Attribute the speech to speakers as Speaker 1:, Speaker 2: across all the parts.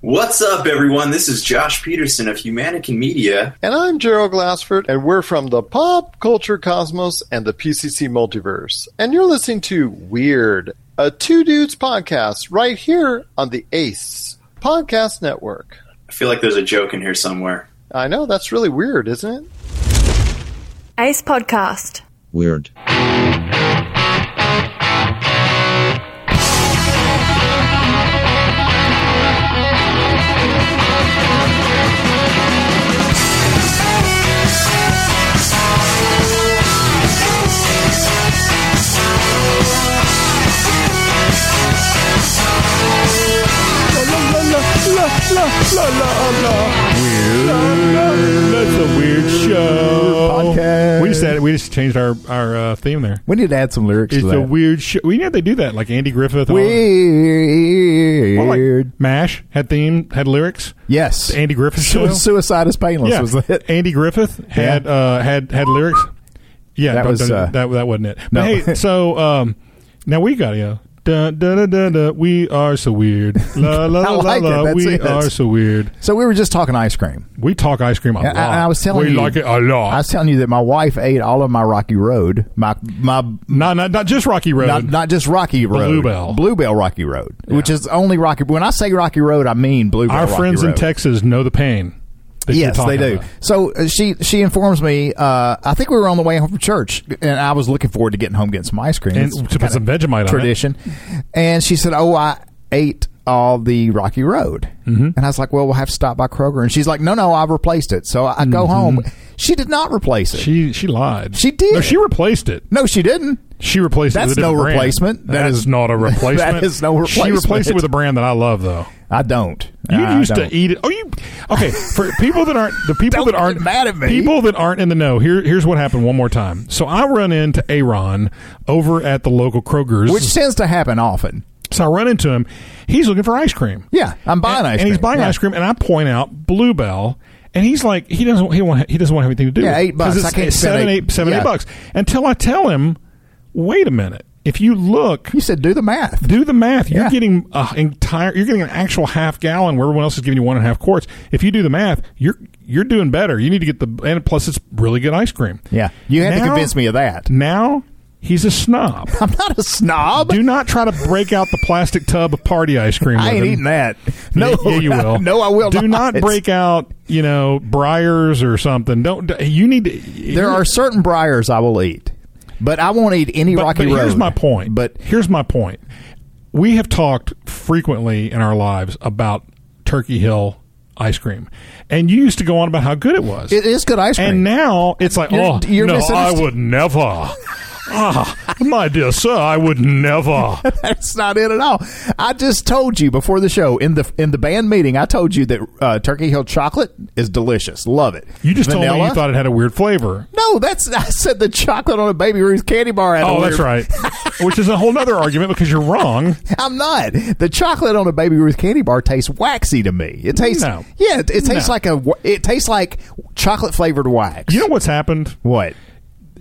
Speaker 1: What's up, everyone? This is Josh Peterson of Humanican Media.
Speaker 2: And I'm Gerald Glassford, and we're from the Pop Culture Cosmos and the PCC Multiverse. And you're listening to Weird, a Two Dudes podcast right here on the ACE Podcast Network.
Speaker 1: I feel like there's a joke in here somewhere.
Speaker 2: I know, that's really weird, isn't it?
Speaker 3: Ace Podcast.
Speaker 4: Weird.
Speaker 5: That's a weird show.
Speaker 6: Podcast.
Speaker 5: We just added, we just changed our our uh, theme there.
Speaker 6: We need to add some lyrics
Speaker 5: It's
Speaker 6: to that.
Speaker 5: a weird show. We know they do that, like Andy Griffith. and all-
Speaker 6: weird.
Speaker 5: well, like Mash had theme had lyrics.
Speaker 6: yes.
Speaker 5: Andy Griffith
Speaker 6: Su-
Speaker 5: show.
Speaker 6: suicide is painless
Speaker 5: yeah,
Speaker 6: was the hit.
Speaker 5: Andy Griffith had
Speaker 6: Yeah.
Speaker 5: uh, had had lyrics. Yeah,
Speaker 6: That
Speaker 5: don't-
Speaker 6: was,
Speaker 5: don't-
Speaker 6: uh,
Speaker 5: that that wasn't it.
Speaker 6: no.
Speaker 5: But hey, so um, now we got to go. Da, da, da, da, da. We are so weird. La, la,
Speaker 6: I
Speaker 5: la,
Speaker 6: like it.
Speaker 5: la, la.
Speaker 6: That's
Speaker 5: We
Speaker 6: it.
Speaker 5: are so weird.
Speaker 6: So we were just talking ice cream.
Speaker 5: We talk ice cream a
Speaker 6: I-
Speaker 5: lot.
Speaker 6: I, I was telling
Speaker 5: we
Speaker 6: you,
Speaker 5: like it a lot.
Speaker 6: I was telling you that my wife ate all of my Rocky Road, my my
Speaker 5: no, not not just Rocky Road.
Speaker 6: not, not just Rocky Road,
Speaker 5: Bluebell.
Speaker 6: Bluebell Rocky Road, which is only Rocky. When I say Rocky Road, I mean Bluebell.
Speaker 5: Our
Speaker 6: Rocky
Speaker 5: friends in
Speaker 6: Road.
Speaker 5: Texas know the pain. That you're
Speaker 6: Yes, they
Speaker 5: talking
Speaker 6: do.
Speaker 5: about.
Speaker 6: So uh, she she informs me. Uh, I think we were on the way home from church, and I was looking forward to getting home, getting some ice cream,
Speaker 5: And
Speaker 6: It's
Speaker 5: to put some Vegemite on it.
Speaker 6: tradition. And she said, "Oh, I ate all the Rocky Road," mm-hmm. and I was like, "Well, we'll have to stop by Kroger." And she's like, "No, no, I replaced it." So I go home. She did not replace it.
Speaker 5: Mm-hmm. She she lied.
Speaker 6: She did.
Speaker 5: No, she replaced it.
Speaker 6: no, she didn't.
Speaker 5: She replaced
Speaker 6: That's
Speaker 5: it. with a
Speaker 6: no
Speaker 5: different brand.
Speaker 6: replacement. That
Speaker 5: That's
Speaker 6: is-
Speaker 5: not a replacement.
Speaker 6: that is no
Speaker 5: She replaced it
Speaker 6: replacement.
Speaker 5: with a brand that I love, though.
Speaker 6: I don't.
Speaker 5: You
Speaker 6: I
Speaker 5: used
Speaker 6: don't.
Speaker 5: to eat it. Oh, you okay? For people that aren't the people
Speaker 6: Don't
Speaker 5: that
Speaker 6: get
Speaker 5: aren't
Speaker 6: mad at me.
Speaker 5: People that aren't in the know. Here, here's what happened. One more time. So I run into Aaron over at the local Kroger's.
Speaker 6: which tends to happen often.
Speaker 5: so I run into him. He's looking for ice cream.
Speaker 6: Yeah, I'm buying
Speaker 5: and,
Speaker 6: ice
Speaker 5: and
Speaker 6: cream.
Speaker 5: he's buying
Speaker 6: Yeah.
Speaker 5: ice cream, and I point out Bluebell, and he's like, he doesn't, he want, he doesn't want to have anything to do.
Speaker 6: Yeah,
Speaker 5: with it.
Speaker 6: eight bucks.
Speaker 5: 'Cause It's
Speaker 6: I can't spend
Speaker 5: seven,
Speaker 6: eight-
Speaker 5: eight, seven, eight
Speaker 6: yeah.
Speaker 5: bucks. Until I tell him, wait a minute. If you look,
Speaker 6: You said do the math.
Speaker 5: do the math. You're
Speaker 6: Yeah.
Speaker 5: getting a entire. You're getting an actual half gallon where everyone else is giving you one and a half quarts. If you do the math, you're you're doing better. You need to get the and plus it's really good ice cream.
Speaker 6: Yeah, you had to
Speaker 5: Now-
Speaker 6: convince me of that.
Speaker 5: Now he's a snob.
Speaker 6: I'm not a snob.
Speaker 5: do not try to break out the plastic tub of party ice cream.
Speaker 6: I
Speaker 5: with
Speaker 6: ain't
Speaker 5: him.
Speaker 6: eating that. No,
Speaker 5: yeah, yeah, you will.
Speaker 6: no, I will.
Speaker 5: Do not
Speaker 6: not
Speaker 5: break out, you know, briars or something. Don't d- you need to?
Speaker 6: There are certain briars I will eat, but I won't eat any
Speaker 5: but,
Speaker 6: Rocky
Speaker 5: but
Speaker 6: Road.
Speaker 5: Here's my point.
Speaker 6: But
Speaker 5: here's my point. We have talked frequently in our lives about Turkey Hill ice cream, and you used to go on about how good it was.
Speaker 6: it is good ice cream.
Speaker 5: and now it's like,
Speaker 6: You're-
Speaker 5: oh
Speaker 6: you're
Speaker 5: no, I
Speaker 6: misunderstanding.
Speaker 5: would never. ah, my dear sir, I would never.
Speaker 6: that's not it at all. I just told you before the show in the in the band meeting. I told you that uh, Turkey Hill chocolate is delicious. Love it.
Speaker 5: You just told me
Speaker 6: Vanilla?
Speaker 5: you thought it had a weird flavor.
Speaker 6: No, that's I said the chocolate on a Baby Ruth's candy bar. Had a
Speaker 5: Oh,
Speaker 6: weird-
Speaker 5: that's right. Which is a whole nother argument because you're wrong.
Speaker 6: I'm not. The chocolate on a Baby Ruth candy bar tastes waxy to me. It tastes.
Speaker 5: No.
Speaker 6: Yeah, it, it tastes
Speaker 5: No.
Speaker 6: like a. wa- It tastes like chocolate flavored wax.
Speaker 5: You know what's happened?
Speaker 6: what?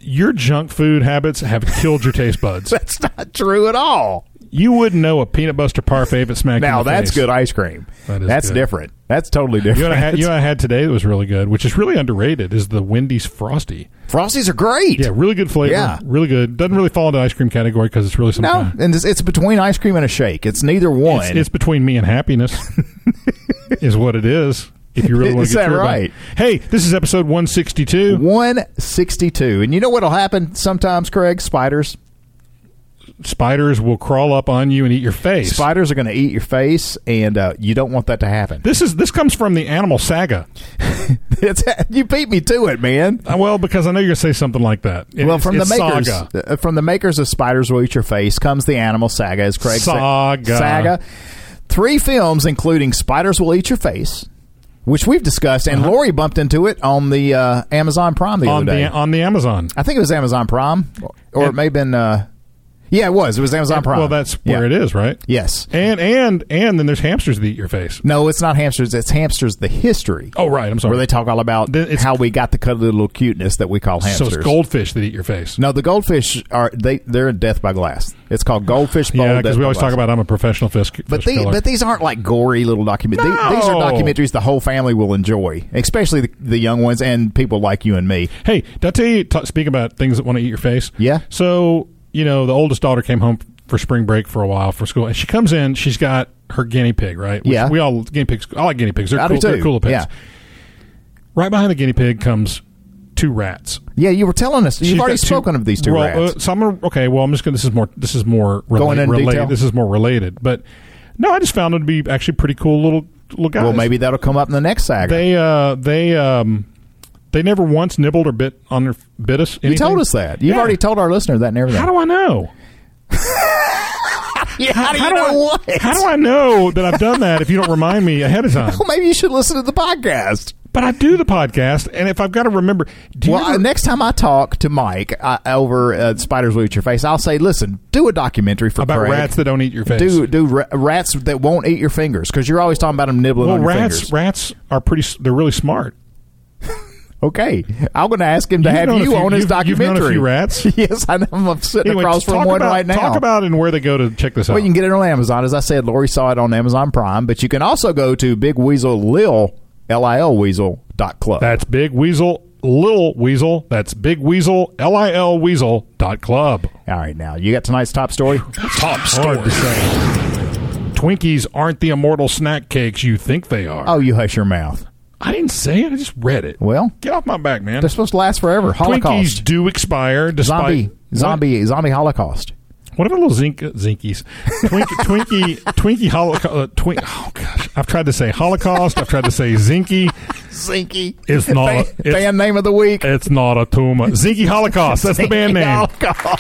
Speaker 5: your junk food habits have killed your taste buds.
Speaker 6: That's not true at all.
Speaker 5: you wouldn't know a peanut butter parfait if it smacked you in
Speaker 6: Now
Speaker 5: the
Speaker 6: that's
Speaker 5: face.
Speaker 6: good ice cream.
Speaker 5: That is
Speaker 6: that's
Speaker 5: good.
Speaker 6: different. That's totally different.
Speaker 5: You know, what I had, you know what I had today that was really good, which is really underrated, is the Wendy's Frosty.
Speaker 6: Frosties are great.
Speaker 5: Yeah, really good flavor.
Speaker 6: Yeah.
Speaker 5: Really good. Doesn't really fall into ice cream category because it's really some
Speaker 6: no,
Speaker 5: kind-
Speaker 6: and it's, it's between ice cream and a shake. It's neither one.
Speaker 5: It's, it's between me and happiness is what it is. If you really want
Speaker 6: Is
Speaker 5: to get
Speaker 6: that
Speaker 5: through
Speaker 6: right?
Speaker 5: Hey, this is episode 162.
Speaker 6: 162. And you know what'll happen sometimes, Craig? Spiders.
Speaker 5: Spiders will crawl up on you and eat your face.
Speaker 6: Spiders are going to eat your face, and uh, you don't want that to happen.
Speaker 5: this is this comes from the animal saga.
Speaker 6: It's, you beat me to it, man.
Speaker 5: Uh, well, because I know you're going to say something like that. It-
Speaker 6: well,
Speaker 5: it's-
Speaker 6: from
Speaker 5: it's
Speaker 6: the makers,
Speaker 5: saga.
Speaker 6: uh, from the makers of Spiders Will Eat Your Face comes the animal saga, as Craig said.
Speaker 5: Saga.
Speaker 6: Saga. Three films, including Spiders Will Eat Your Face, which we've discussed, and Lori bumped into it on the uh, Amazon Prime the
Speaker 5: Uh-huh. on
Speaker 6: other day.
Speaker 5: the on the Amazon.
Speaker 6: I think it was Amazon Prime, or it may have been. Uh, Yeah, it was. It was Amazon Prime.
Speaker 5: Well, that's where
Speaker 6: Yeah.
Speaker 5: it is, right?
Speaker 6: Yes.
Speaker 5: And and and then there's hamsters that eat your face.
Speaker 6: No, it's not hamsters. It's hamsters. The history.
Speaker 5: Oh, right. I'm sorry.
Speaker 6: Where they talk all about
Speaker 5: Then it's-
Speaker 6: how we got the cuddly little cuteness that we call
Speaker 5: so
Speaker 6: hamsters.
Speaker 5: it's goldfish that eat your face.
Speaker 6: No, the goldfish are they they're in death by glass. It's called goldfish bowl.
Speaker 5: yeah,
Speaker 6: Death
Speaker 5: because we
Speaker 6: by
Speaker 5: always
Speaker 6: Glass.
Speaker 5: talk about I'm a professional fish.
Speaker 6: But
Speaker 5: fish
Speaker 6: these,
Speaker 5: killer.
Speaker 6: but these aren't like gory little documentaries.
Speaker 5: No.
Speaker 6: These are documentaries the whole family will enjoy, especially the, the young ones and people like you and me.
Speaker 5: Hey, did I tell you? T- speak about things that want to eat your face.
Speaker 6: Yeah.
Speaker 5: So you know, the oldest daughter came home for spring break for a while for school, and she comes in. She's got her guinea pig, right? Which
Speaker 6: Yeah.
Speaker 5: We all guinea pigs. I like guinea pigs. They're
Speaker 6: I do
Speaker 5: cool. They're
Speaker 6: too.
Speaker 5: cool pigs.
Speaker 6: Yeah.
Speaker 5: Right behind the guinea pig comes two rats.
Speaker 6: Yeah, you were telling us. You've
Speaker 5: She's
Speaker 6: already
Speaker 5: got two-
Speaker 6: spoken of these two
Speaker 5: well,
Speaker 6: rats.
Speaker 5: Uh, so I'm gonna, okay. Well, I'm just gonna. This is more. This is more rela-
Speaker 6: Going in
Speaker 5: relate-
Speaker 6: detail?
Speaker 5: This is more related. But no, I just found them to be actually pretty cool little little guys.
Speaker 6: well, maybe that'll come up in the next saga.
Speaker 5: they uh they um they never once nibbled or bit on their bit us.
Speaker 6: you
Speaker 5: anything.
Speaker 6: told us that. You've
Speaker 5: Yeah.
Speaker 6: already told our listener that and everything.
Speaker 5: How do I know?
Speaker 6: yeah, how do you know
Speaker 5: I,
Speaker 6: what?
Speaker 5: How do I know that I've done that if you don't remind me ahead of time?
Speaker 6: Well, maybe you should listen to the podcast.
Speaker 5: But I do the podcast, and if I've got to remember, do you
Speaker 6: Well,
Speaker 5: ever-
Speaker 6: uh, next time I talk to Mike I, over uh, Spiders Will Eat Your Face, I'll say, listen, do a documentary for
Speaker 5: about
Speaker 6: Craig.
Speaker 5: rats that don't eat your face?
Speaker 6: Do do ra- rats that won't eat your fingers because you're always talking about them nibbling
Speaker 5: well,
Speaker 6: on your
Speaker 5: rats
Speaker 6: fingers.
Speaker 5: rats are pretty. s- They're really smart.
Speaker 6: Okay, I'm going to ask him to
Speaker 5: You've
Speaker 6: have
Speaker 5: known a
Speaker 6: you
Speaker 5: few-
Speaker 6: on his
Speaker 5: you've- you've known a
Speaker 6: documentary.
Speaker 5: few rats.
Speaker 6: yes, I know. I'm sitting
Speaker 5: Anyway,
Speaker 6: across
Speaker 5: just
Speaker 6: from
Speaker 5: talk
Speaker 6: one
Speaker 5: about,
Speaker 6: right now.
Speaker 5: Talk about and where they go to check this out.
Speaker 6: Well, you can get it on Amazon. As I said, Lori saw it on Amazon Prime, but you can also go to Big Weasel Lil L I L Weasel dot club.
Speaker 5: That's Big Weasel, Little Weasel. That's Big Weasel, L I L Weasel dot club.
Speaker 6: All right, now you got tonight's top story.
Speaker 5: Top story. Twinkies aren't the immortal snack cakes you think they are.
Speaker 6: Oh, you hush your mouth.
Speaker 5: I didn't say it. I just read it.
Speaker 6: Well,
Speaker 5: Get off my back, man.
Speaker 6: they're supposed to last forever. Holocaust.
Speaker 5: Twinkies do expire despite
Speaker 6: zombie zombie zombie holocaust
Speaker 5: What, what about little zinc zinkies? Twink, Twinkie Twinkie Holocaust. Uh, twink, oh gosh, I've tried to say Holocaust. I've tried to say Zinky.
Speaker 6: zinky
Speaker 5: It's not a-
Speaker 6: band,
Speaker 5: it's-
Speaker 6: band name of the week
Speaker 5: It's not a tumor. Zinky Holocaust. That's the band name.
Speaker 6: holocaust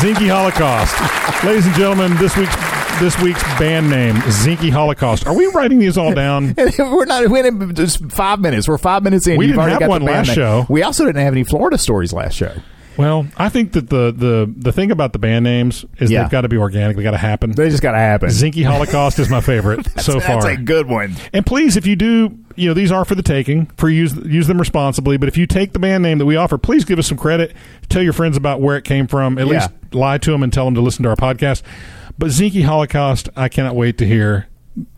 Speaker 5: Zinky Holocaust. Ladies and gentlemen, this week's this week's band name Zinky Holocaust. Are we writing these all down?
Speaker 6: And we're not we didn't, just five minutes we're five minutes in
Speaker 5: We
Speaker 6: You've
Speaker 5: didn't
Speaker 6: already
Speaker 5: have
Speaker 6: got the
Speaker 5: one last
Speaker 6: band name.
Speaker 5: show.
Speaker 6: we also didn't have any florida stories last show
Speaker 5: Well, I think that the the the thing about the band names is
Speaker 6: Yeah.
Speaker 5: they've got to be organic. They got to happen.
Speaker 6: they just gotta happen
Speaker 5: Zinky Holocaust is my favorite so far.
Speaker 6: that's a good one
Speaker 5: And please, if you do, you know these are for the taking. For use use them responsibly. But if you take the band name that we offer, please give us some credit. Tell your friends about where it came from. At
Speaker 6: Yeah.
Speaker 5: least lie to them and tell them to listen to our podcast. But Zinky Holocaust, I cannot wait to hear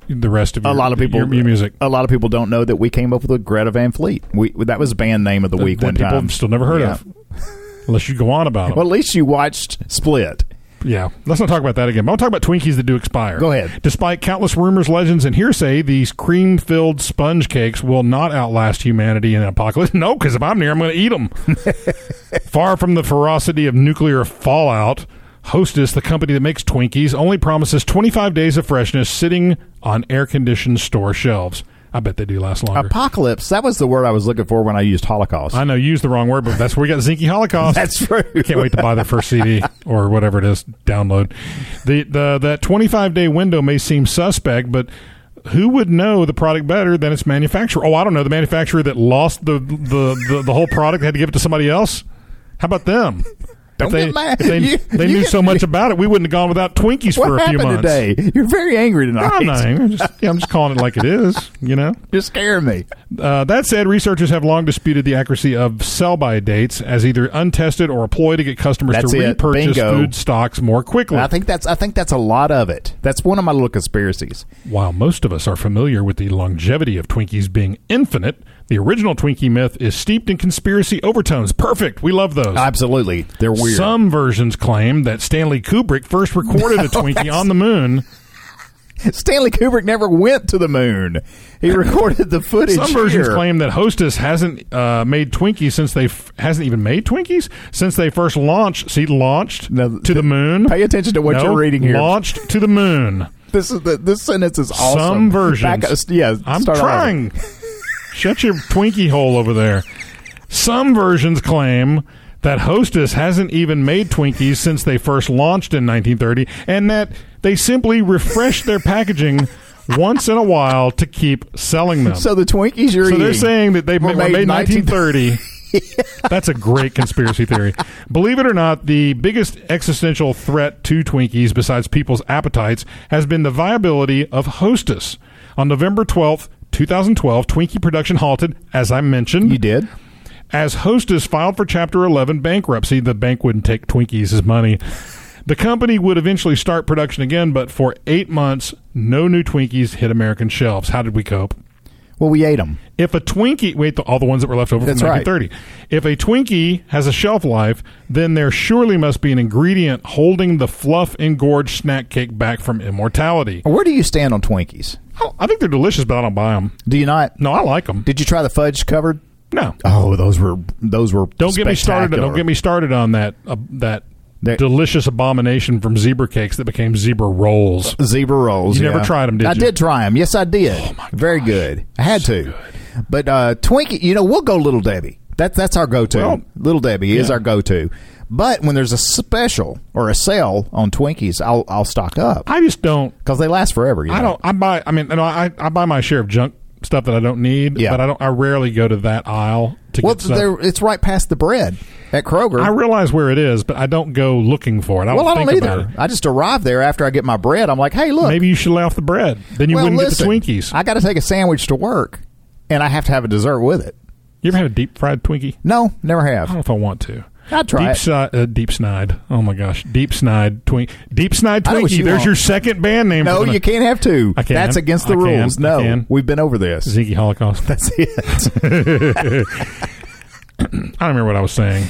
Speaker 5: the rest of
Speaker 6: a
Speaker 5: your,
Speaker 6: lot of people
Speaker 5: your, your music.
Speaker 6: a lot of people don't know that we came up with greta van fleet we that was band name of the week
Speaker 5: that
Speaker 6: one
Speaker 5: people
Speaker 6: time
Speaker 5: still never heard
Speaker 6: Yeah.
Speaker 5: of, unless you go on about it.
Speaker 6: well at least you watched split
Speaker 5: Yeah, let's not talk about that again. But I'll talk about Twinkies that do expire.
Speaker 6: Go ahead.
Speaker 5: Despite countless rumors, legends, and hearsay, these cream-filled sponge cakes will not outlast humanity in an apocalypse. No, because if I'm near, I'm going to eat them. Far from the ferocity of nuclear fallout, Hostess, the company that makes Twinkies, only promises 25 days of freshness sitting on air-conditioned store shelves. I bet they do last longer.
Speaker 6: apocalypse that was the word i was looking for when i used holocaust
Speaker 5: I know, use the wrong word, but that's where we got Zinky Holocaust.
Speaker 6: that's true
Speaker 5: Can't wait to buy their first CD or whatever it is. Download the the that twenty five day window may seem suspect, but who would know the product better than its manufacturer? Oh, I don't know the manufacturer that lost the the the, the whole product had to give it to somebody else. How about them?
Speaker 6: Don't
Speaker 5: if they,
Speaker 6: get mad.
Speaker 5: if they,
Speaker 6: You-
Speaker 5: they
Speaker 6: you
Speaker 5: knew
Speaker 6: get-
Speaker 5: so much about it, we wouldn't have gone without Twinkies
Speaker 6: what
Speaker 5: for a few months.
Speaker 6: happened today? You're very angry tonight.
Speaker 5: I'm not angry. I'm just, yeah, I'm just calling it like it is. You know.
Speaker 6: You're scaring me.
Speaker 5: Uh, that said, researchers have long disputed the accuracy of sell-by dates as either untested or a ploy to get customers
Speaker 6: That's
Speaker 5: to
Speaker 6: it.
Speaker 5: repurchase
Speaker 6: Bingo.
Speaker 5: food stocks more quickly.
Speaker 6: And I think that's I think that's a lot of it. That's one of my little conspiracies.
Speaker 5: While most of us are familiar with the longevity of Twinkies being infinite, the original Twinkie myth is steeped in conspiracy overtones. Perfect. We love those.
Speaker 6: Absolutely, they're weird.
Speaker 5: Some versions claim that Stanley Kubrick first recorded a Twinkie on the moon.
Speaker 6: Stanley Kubrick never went to the moon. He recorded the footage.
Speaker 5: Some versions
Speaker 6: here.
Speaker 5: claim that Hostess hasn't uh, made Twinkies since they f- hasn't even made Twinkies since they first launched. See, launched
Speaker 6: Now,
Speaker 5: to the moon.
Speaker 6: Pay attention to what
Speaker 5: No,
Speaker 6: you're reading here.
Speaker 5: Launched to the moon.
Speaker 6: This is the, this sentence is awesome.
Speaker 5: Some versions.
Speaker 6: Back, yeah,
Speaker 5: I'm
Speaker 6: start all over.
Speaker 5: trying. Shut your Twinkie hole over there. Some versions claim that Hostess hasn't even made Twinkies since they first launched in 1930, and that they simply refresh their packaging once in a while to keep selling them.
Speaker 6: So the Twinkies you're
Speaker 5: So
Speaker 6: eating.
Speaker 5: they're saying that they
Speaker 6: were
Speaker 5: were made,
Speaker 6: made
Speaker 5: in
Speaker 6: 19
Speaker 5: 1930 That's a great conspiracy theory. Believe it or not, the biggest existential threat to Twinkies, besides people's appetites, has been the viability of Hostess. On November 12th, 2012, Twinkie production halted, as I mentioned.
Speaker 6: You did?
Speaker 5: As Hostess filed for Chapter 11 bankruptcy, the bank wouldn't take Twinkies as money. The company would eventually start production again, but for eight months, no new Twinkies hit American shelves. How did we cope?
Speaker 6: Well, we ate them.
Speaker 5: If a Twinkie, wait, the, all the ones that were left over
Speaker 6: That's
Speaker 5: from
Speaker 6: right.
Speaker 5: 1930. If a Twinkie has a shelf life, then there surely must be an ingredient holding the fluff engorged snack cake back from immortality.
Speaker 6: Where do you stand on Twinkies?
Speaker 5: Oh, I think they're delicious, but I don't buy them.
Speaker 6: Do you not?
Speaker 5: No, I like them.
Speaker 6: Did you try the fudge covered?
Speaker 5: No,
Speaker 6: Oh, those were those were.
Speaker 5: don't get me started. Don't get me started on that uh, that
Speaker 6: They-
Speaker 5: delicious abomination from zebra cakes that became zebra rolls.
Speaker 6: zebra rolls.
Speaker 5: You never
Speaker 6: yeah.
Speaker 5: tried 'em, did
Speaker 6: I
Speaker 5: you? Oh,
Speaker 6: did try them. Yes, I did. Very good. I had to. But uh, Twinkie, you know, we'll go Little Debbie. That, that's our go to.
Speaker 5: Well,
Speaker 6: Little Debbie is
Speaker 5: yeah.
Speaker 6: our go to. But when there's a special or a sale on Twinkies, I'll I'll stock up
Speaker 5: I just don't.
Speaker 6: because they last forever. You
Speaker 5: I
Speaker 6: know?
Speaker 5: don't. I buy. I mean, you know, I I buy my share of junk stuff that I don't need.
Speaker 6: Yeah.
Speaker 5: but I don't. I rarely go to that aisle to
Speaker 6: Well,
Speaker 5: get stuff.
Speaker 6: they're- it's right past the bread at Kroger.
Speaker 5: uh, I realize where it is, but I don't go looking for it. I
Speaker 6: well, I
Speaker 5: don't
Speaker 6: don't
Speaker 5: think about
Speaker 6: either.
Speaker 5: it.
Speaker 6: I just arrive there after I get my bread. I'm like, hey, look,
Speaker 5: Maybe you should lay off the bread. Then you
Speaker 6: well,
Speaker 5: wouldn't
Speaker 6: listen,
Speaker 5: get the Twinkies.
Speaker 6: I got to take a sandwich to work, and I have to have a dessert with it.
Speaker 5: you ever had a deep fried Twinkie?
Speaker 6: No, never
Speaker 5: I don't
Speaker 6: have.
Speaker 5: know if I want to.
Speaker 6: I'd try
Speaker 5: deep
Speaker 6: it.
Speaker 5: Si- uh, deep snide. Oh my gosh, deep snide twink. Deep snide
Speaker 6: I know what
Speaker 5: Twinkie.
Speaker 6: you
Speaker 5: There's
Speaker 6: want.
Speaker 5: your second band name.
Speaker 6: No,
Speaker 5: for the-
Speaker 6: you can't have two.
Speaker 5: I can.
Speaker 6: That's against the
Speaker 5: I can.
Speaker 6: rules.
Speaker 5: I
Speaker 6: No,
Speaker 5: can.
Speaker 6: we've been over this.
Speaker 5: Ziggy Holocaust.
Speaker 6: That's it.
Speaker 5: I don't remember what I was saying.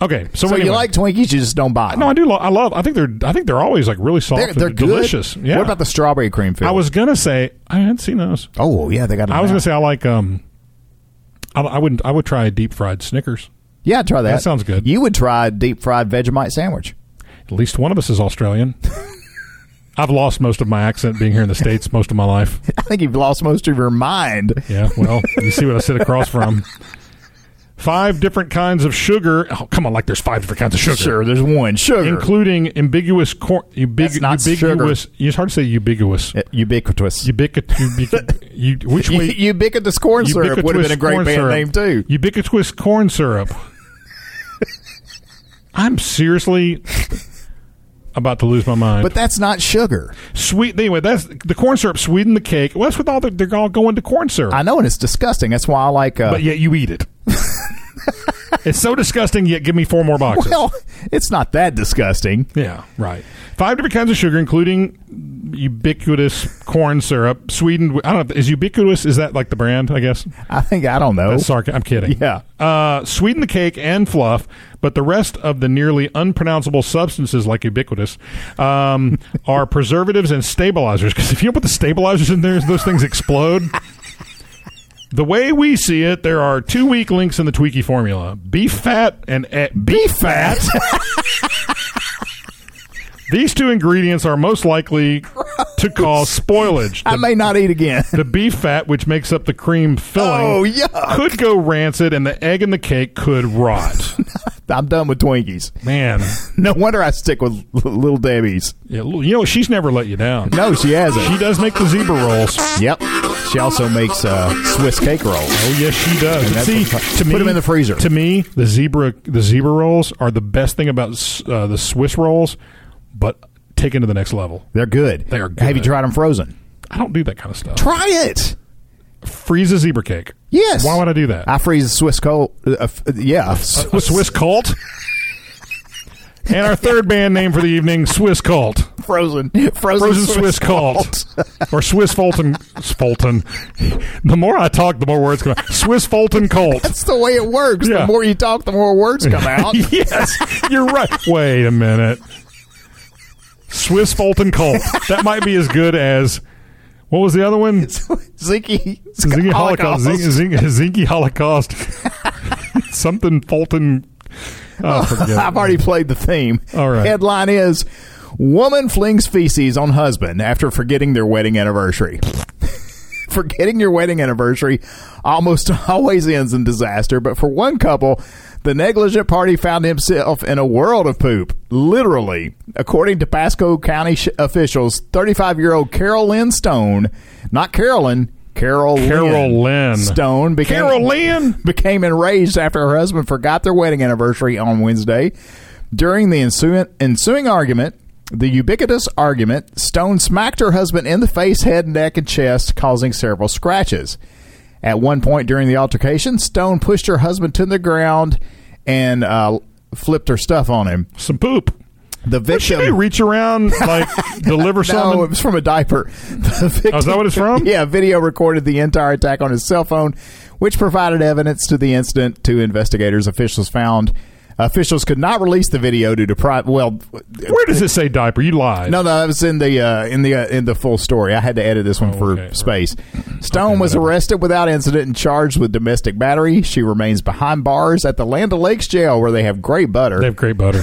Speaker 5: okay, so,
Speaker 6: so
Speaker 5: anyway.
Speaker 6: you like Twinkies, you just don't buy. 'em.
Speaker 5: No, I do. Lo- I love. I think they're. I think they're always like really soft.
Speaker 6: they're,
Speaker 5: and
Speaker 6: they're good.
Speaker 5: delicious. Yeah.
Speaker 6: What about the strawberry cream filled?
Speaker 5: I was gonna say I hadn't seen those.
Speaker 6: Oh yeah, they got. 'em
Speaker 5: I was
Speaker 6: now.
Speaker 5: gonna say I like. Um, I, I wouldn't. I would try a deep fried Snickers.
Speaker 6: Yeah, try that.
Speaker 5: That sounds good.
Speaker 6: You would try a deep fried Vegemite sandwich.
Speaker 5: At least one of us is Australian. I've lost most of my accent being here in the states most of my life.
Speaker 6: I think you've lost most of your mind.
Speaker 5: Yeah, well, you see what I sit across from. Five different kinds of sugar. Oh, come on, like there's five different kinds of sugar.
Speaker 6: Sure, there's one sugar.
Speaker 5: Including ambiguous corn. Ubig-
Speaker 6: That's not
Speaker 5: ubiquitous. It's hard to say ubiquitous.
Speaker 6: Uh, ubiquitous.
Speaker 5: Ubiquit. ubiqui- you, which way?
Speaker 6: ubiquitous corn syrup would have been a great
Speaker 5: corn
Speaker 6: band
Speaker 5: syrup.
Speaker 6: name too.
Speaker 5: Ubiquitous corn syrup. I'm seriously about to lose my mind.
Speaker 6: But that's not sugar.
Speaker 5: Sweet. Anyway, that's the corn syrup sweetened the cake. Well, that's with all the, they're all going to corn syrup.
Speaker 6: I know, and it's disgusting. That's why I like. Uh,
Speaker 5: but yet you eat it. it's so disgusting. Yet give me four more boxes.
Speaker 6: well, it's not that disgusting.
Speaker 5: yeah, right. Five different kinds of sugar, including ubiquitous corn syrup, sweetened. With, I don't know. Is ubiquitous? Is that like the brand? I guess.
Speaker 6: I think I don't know.
Speaker 5: That's sarc- I'm kidding.
Speaker 6: Yeah.
Speaker 5: Uh, sweeten the cake and fluff, but the rest of the nearly unpronounceable substances, like ubiquitous, um, are preservatives and stabilizers. Because if you don't put the stabilizers in there, those things explode. The way we see it, there are two weak links in the Tweaky formula: beef fat and e- beef fat. These two ingredients are most likely to cause spoilage.
Speaker 6: I
Speaker 5: The
Speaker 6: may not eat again.
Speaker 5: the beef fat, which makes up the cream filling,
Speaker 6: Oh, yuck.
Speaker 5: could go rancid, and the egg in the cake could rot.
Speaker 6: I'm done with Twinkies.
Speaker 5: Man,
Speaker 6: No wonder I stick with L- Little Debbie's.
Speaker 5: Yeah, you know she's never let you down.
Speaker 6: No, she
Speaker 5: She
Speaker 6: hasn't.
Speaker 5: does make the zebra rolls.
Speaker 6: Yep. She also makes uh, Swiss cake rolls.
Speaker 5: Oh yes, she does.
Speaker 6: And that's
Speaker 5: See,
Speaker 6: what-
Speaker 5: to
Speaker 6: put
Speaker 5: me,
Speaker 6: 'em in the freezer.
Speaker 5: To me, the zebra the zebra rolls are the best thing about uh, the Swiss rolls, but taken to the next level.
Speaker 6: They're good.
Speaker 5: They are
Speaker 6: Have you
Speaker 5: good.
Speaker 6: tried them frozen?
Speaker 5: I don't do that kind of stuff.
Speaker 6: Try it.
Speaker 5: Freeze a zebra cake.
Speaker 6: Yes.
Speaker 5: Why would I do that?
Speaker 6: I freeze a Swiss cold. Uh, uh, f- yeah.
Speaker 5: a Swiss cult. and our third band name for the evening, Swiss cult.
Speaker 6: frozen. Frozen,
Speaker 5: Frozen Swiss, cult. or Swiss Fulton Fulton. The more I talk, the more words come out. Swiss Fulton cult.
Speaker 6: That's the way it works.
Speaker 5: Yeah.
Speaker 6: The more you talk, the more words come out.
Speaker 5: yes, you're right. Wait a minute. Swiss Fulton cult. That might be as good as what was the other one?
Speaker 6: Ziki.
Speaker 5: Zingy Holocaust. Zing, Zing, Zingy Holocaust. Something Fulton. Oh, forget.
Speaker 6: I've
Speaker 5: it.
Speaker 6: already played the theme.
Speaker 5: All right.
Speaker 6: Headline is Woman flings feces on husband after forgetting their wedding anniversary. forgetting your wedding anniversary almost always ends in disaster, but for one couple, the negligent party found himself in a world of poop, literally. According to Pasco County sh- officials, 35 year old Carol Lynn Stone, not Carolyn, Carol
Speaker 5: Carol Lynn.
Speaker 6: Stone became
Speaker 5: Carol Lynn?
Speaker 6: became enraged after her husband forgot their wedding anniversary on Wednesday. During the ensuing, ensuing argument, the ubiquitous argument, Stone smacked her husband in the face, head, neck, and chest, causing several scratches. At one point during the altercation, Stone pushed her husband to the ground and uh, flipped her stuff on him.
Speaker 5: Some poop.
Speaker 6: The victim.
Speaker 5: Should they reach around, like deliver
Speaker 6: No, it
Speaker 5: something?
Speaker 6: was from a diaper. The
Speaker 5: Oh, is that
Speaker 6: victim-
Speaker 5: what it's from?
Speaker 6: Yeah, video recorded the entire attack on his cell phone, which provided evidence to the incident. To investigators, officials found officials could not release the video due to private. Well,
Speaker 5: Where does it say diaper? You lied.
Speaker 6: no, no, that was in the uh, in the uh, in the full story. I had to edit this one
Speaker 5: Oh,
Speaker 6: for
Speaker 5: okay, right.
Speaker 6: space. Stone was arrested without incident and charged with domestic battery. She remains behind bars at the Land Lakes jail, where they have great butter
Speaker 5: They have great butter.